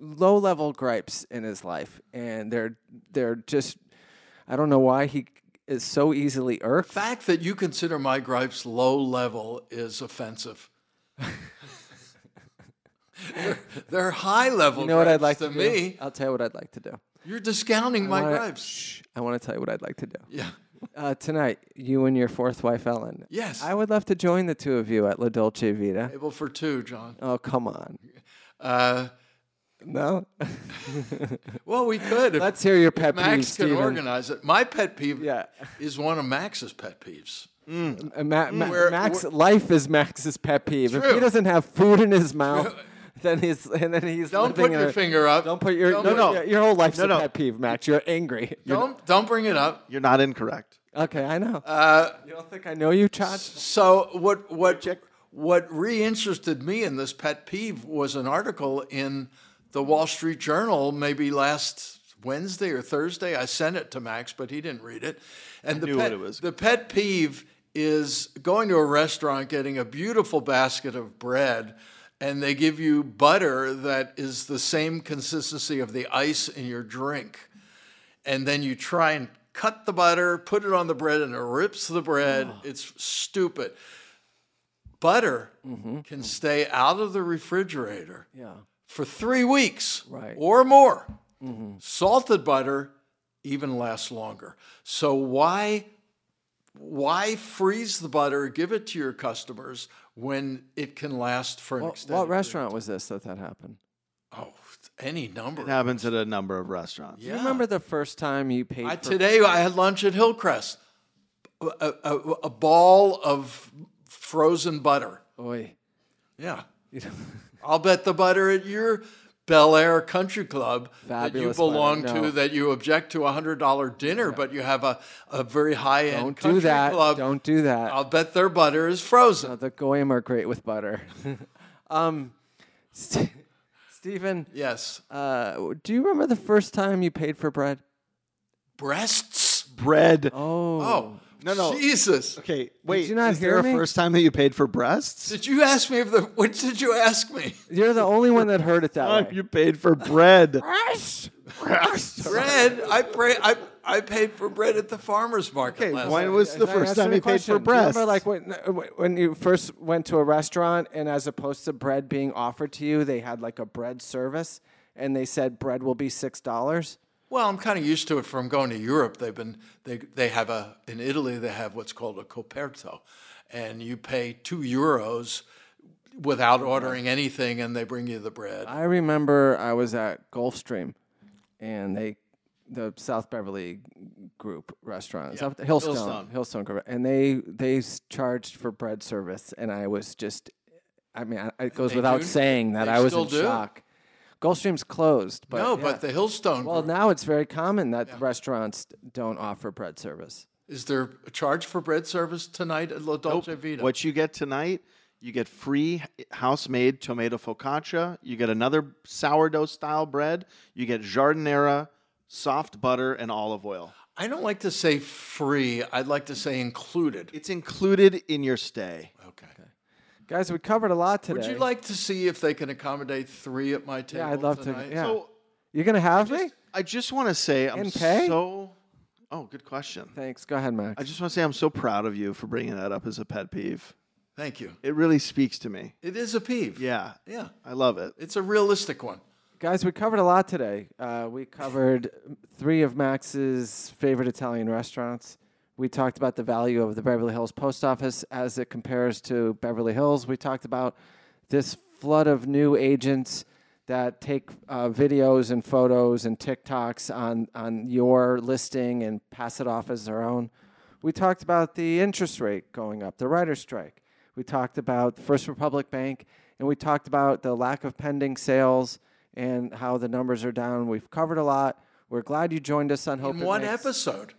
Speaker 1: low level gripes in his life, and they're they're just I don't know why he is so easily irked.
Speaker 2: The fact that you consider my gripes low level is offensive. [LAUGHS] they're, they're high level.
Speaker 1: You know what I'd
Speaker 2: gripes
Speaker 1: like
Speaker 2: to,
Speaker 1: to, do?
Speaker 2: me?
Speaker 1: I'll tell you what I'd like to do.
Speaker 2: You're discounting my
Speaker 1: I wanna-
Speaker 2: gripes.
Speaker 1: Shh, I want to tell you what I'd like to do.
Speaker 2: Yeah.
Speaker 1: Uh, tonight, you and your fourth wife, Ellen.
Speaker 2: Yes.
Speaker 1: I would love to join the two of you at La Dolce Vita.
Speaker 2: Table for two, John.
Speaker 1: Oh, come
Speaker 2: [LAUGHS]
Speaker 1: on.
Speaker 2: Uh,
Speaker 1: No? [LAUGHS]
Speaker 2: well, we could. If
Speaker 1: Let's hear your pet peeve,
Speaker 2: Max can
Speaker 1: Steven.
Speaker 2: organize it. My pet peeve
Speaker 1: Yeah.
Speaker 2: is one of Max's pet peeves.
Speaker 1: Uh, Ma- Ma-
Speaker 2: Where-
Speaker 1: Max, life is Max's pet peeve. If he
Speaker 2: True.
Speaker 1: doesn't have food in his
Speaker 2: [LAUGHS]
Speaker 1: mouth, then he's and then he's
Speaker 2: Don't
Speaker 1: living
Speaker 2: put
Speaker 1: in
Speaker 2: your
Speaker 1: a-
Speaker 2: finger up.
Speaker 1: Don't put your
Speaker 2: Don't
Speaker 1: no
Speaker 2: put-
Speaker 1: no your- your whole life's a
Speaker 3: no.
Speaker 1: pet peeve, Max. You're angry. [LAUGHS] You're-
Speaker 2: Don't don't bring it up.
Speaker 3: You're not incorrect.
Speaker 1: okay, I know.
Speaker 2: Uh,
Speaker 1: you don't think I know you, Chad?
Speaker 2: So what what what reinterested me in this pet peeve was an article in the Wall Street Journal maybe last Wednesday or Thursday. I sent it to Max, but he didn't read it. And the
Speaker 3: knew
Speaker 2: pet,
Speaker 3: what it was.
Speaker 2: the pet peeve is going to a restaurant, getting a beautiful basket of bread, and they give you butter that is the same consistency of the ice in your drink and then you try and cut the butter, put it on the bread, and it rips the bread. It's stupid. Butter can stay out of the refrigerator
Speaker 1: Mm-hmm. Yeah.
Speaker 2: for three weeks
Speaker 1: Right. Mm-hmm.
Speaker 2: or more. Salted butter even lasts longer. So why why freeze the butter, give it to your customers when it can last for an
Speaker 1: What,
Speaker 2: extended
Speaker 1: what restaurant was this that that happened?
Speaker 2: Oh, any number.
Speaker 3: It happens at a number of restaurants.
Speaker 1: Do you remember the first time you paid
Speaker 2: I,
Speaker 1: for
Speaker 2: today I had lunch at Hillcrest. A, a- a- a ball of frozen butter.
Speaker 1: [LAUGHS] Oy.
Speaker 2: Yeah.
Speaker 1: You know-
Speaker 2: I'll bet the butter at your Bel Air Country Club
Speaker 1: Fabulous
Speaker 2: that you belong
Speaker 1: butter, no.
Speaker 2: to, that you object to a $100 dinner, but you have a, a very high end
Speaker 1: Don't
Speaker 2: country
Speaker 1: do that.
Speaker 2: club.
Speaker 1: Don't do that.
Speaker 2: I'll bet their butter is frozen.
Speaker 1: the goyim are great with butter. [LAUGHS] um, St- Stephen,
Speaker 2: yes.
Speaker 1: uh, do you remember the first time you paid for bread?
Speaker 2: Breasts?
Speaker 3: Bread.
Speaker 1: Oh,
Speaker 2: Oh,
Speaker 3: No, no.
Speaker 2: Jesus.
Speaker 3: Okay, wait.
Speaker 1: you not
Speaker 3: is there
Speaker 1: hear
Speaker 3: a
Speaker 1: me?
Speaker 3: first time that you paid for breasts?
Speaker 2: Did you ask me if the, what did you ask
Speaker 1: [LAUGHS]
Speaker 2: me?
Speaker 1: you're the only one that heard it that way.
Speaker 3: you paid for bread.
Speaker 2: bread. I pray. I I paid for bread at the farmer's market.
Speaker 3: Okay,
Speaker 2: last
Speaker 3: when
Speaker 2: night.
Speaker 3: was the
Speaker 1: Can I
Speaker 3: first
Speaker 1: ask
Speaker 3: time
Speaker 1: a
Speaker 3: you paid
Speaker 1: question?
Speaker 3: for
Speaker 1: Do you
Speaker 3: breasts?
Speaker 1: Remember, like when when you first went to a restaurant, and as opposed to bread being offered to you, they had like a bread service, and they said bread will be six dollars.
Speaker 2: Well, I'm kind of used to it from going to Europe. They've been they they have a in Italy they have what's called a coperto, and you pay two euros without ordering anything, and they bring you the bread.
Speaker 1: I remember I was at Gulfstream, and they, the South Beverly group restaurant, South, Hillstone, Hillstone, Group, and they they s- charged for bread service, and I was just, I mean, I- it goes without
Speaker 2: do?
Speaker 1: saying that
Speaker 2: They
Speaker 1: I was
Speaker 2: still
Speaker 1: in
Speaker 2: do?
Speaker 1: shock. Gulfstream's closed, but
Speaker 2: no,
Speaker 1: yeah.
Speaker 2: but the Hillstone.
Speaker 1: well
Speaker 2: group,
Speaker 1: now it's very common that restaurants don't offer bread service.
Speaker 2: is there a charge for bread service tonight at La Dolce Vita?
Speaker 3: What you get tonight, you get free house made tomato focaccia. You get another sourdough style bread. You get jardinera, soft butter, and olive oil.
Speaker 2: I don't like to say free. I'd like to say included.
Speaker 3: It's included in your stay.
Speaker 2: Okay.
Speaker 1: Guys, we covered a lot today.
Speaker 2: Would you like to see if they can accommodate three at my table?
Speaker 1: Yeah, I'd love
Speaker 2: tonight?
Speaker 1: to. Yeah,
Speaker 3: So
Speaker 1: you're gonna have me?
Speaker 3: I just want to say I'm
Speaker 1: And pay?
Speaker 3: so. Oh, good question.
Speaker 1: Thanks. Go ahead, Max.
Speaker 3: I just want to say I'm so proud of you for bringing that up as a pet peeve.
Speaker 2: Thank you.
Speaker 3: It really speaks to me.
Speaker 2: It is a peeve.
Speaker 3: Yeah.
Speaker 2: Yeah.
Speaker 3: I love it.
Speaker 2: It's a realistic one.
Speaker 1: Guys, we covered a lot today. Uh, we covered three of Max's favorite Italian restaurants. We talked about the value of the Beverly Hills post office as it compares to Beverly Hills. We talked about this flood of new agents that take uh, videos and photos and TikToks on, on your listing and pass it off as their own. We talked about the interest rate going up, the writer's strike. We talked about First Republic Bank And we talked about the lack of pending sales and how the numbers are down. We've covered a lot. We're glad you joined us on Hope.
Speaker 2: In
Speaker 1: It
Speaker 2: one
Speaker 1: Makes-
Speaker 2: episode.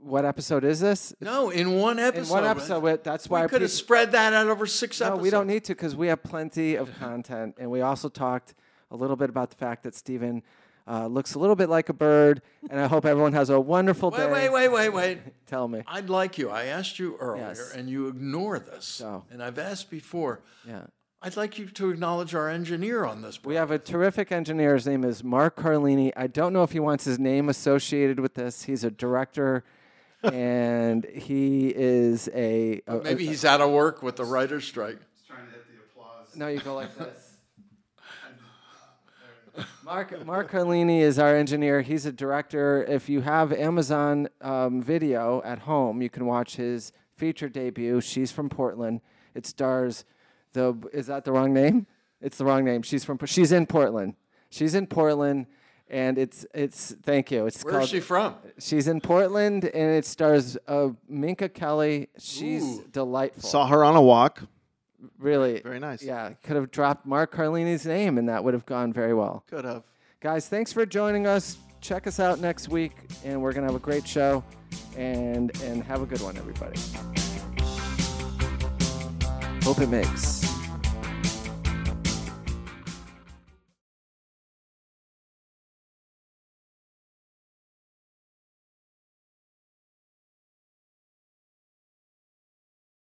Speaker 1: What episode is this?
Speaker 2: No, in one episode.
Speaker 1: In one episode. we- That's why
Speaker 2: We
Speaker 1: I
Speaker 2: could have
Speaker 1: pre-
Speaker 2: spread that out over six
Speaker 1: No,
Speaker 2: episodes.
Speaker 1: we don't need to because we have plenty
Speaker 2: [LAUGHS]
Speaker 1: of content. And we also talked a little bit about the fact that Steven uh, looks a little bit like a bird. And I hope everyone has a wonderful day.
Speaker 2: Wait, wait, wait, wait, wait.
Speaker 1: Tell me.
Speaker 2: I'd like you. I asked you earlier,
Speaker 1: Yes.
Speaker 2: and you ignore this.
Speaker 1: Oh.
Speaker 2: And I've asked before.
Speaker 1: Yeah.
Speaker 2: I'd like you to acknowledge our engineer on this.
Speaker 1: We have a terrific engineer. His name is Mark Carlini. I don't know if he wants his name associated with this. He's a director and he is a. a- a-
Speaker 2: Maybe he's out of work with the writer's strike.
Speaker 3: trying to hit the applause.
Speaker 1: No, you go like this. Mark Mark Carlini is our engineer. He's a director. If you have Amazon um, Video at home, you can watch his feature debut. She's from Portland. It stars the is that the wrong name? It's the wrong name. She's from she's in Portland. She's in Portland, and it's it's thank you. It's
Speaker 2: Where's
Speaker 1: called,
Speaker 2: she from?
Speaker 1: She's in Portland, and it stars uh, Minka Kelly. She's delightful.
Speaker 3: Saw her on a walk.
Speaker 1: Really,
Speaker 3: Very nice.
Speaker 1: Yeah, could have dropped Mark Carlini's name, and that would have gone very well.
Speaker 3: Could have.
Speaker 1: Guys, thanks for joining us. Check us out next week, and we're gonna have a great show. And and have a good one, everybody. Hope it makes.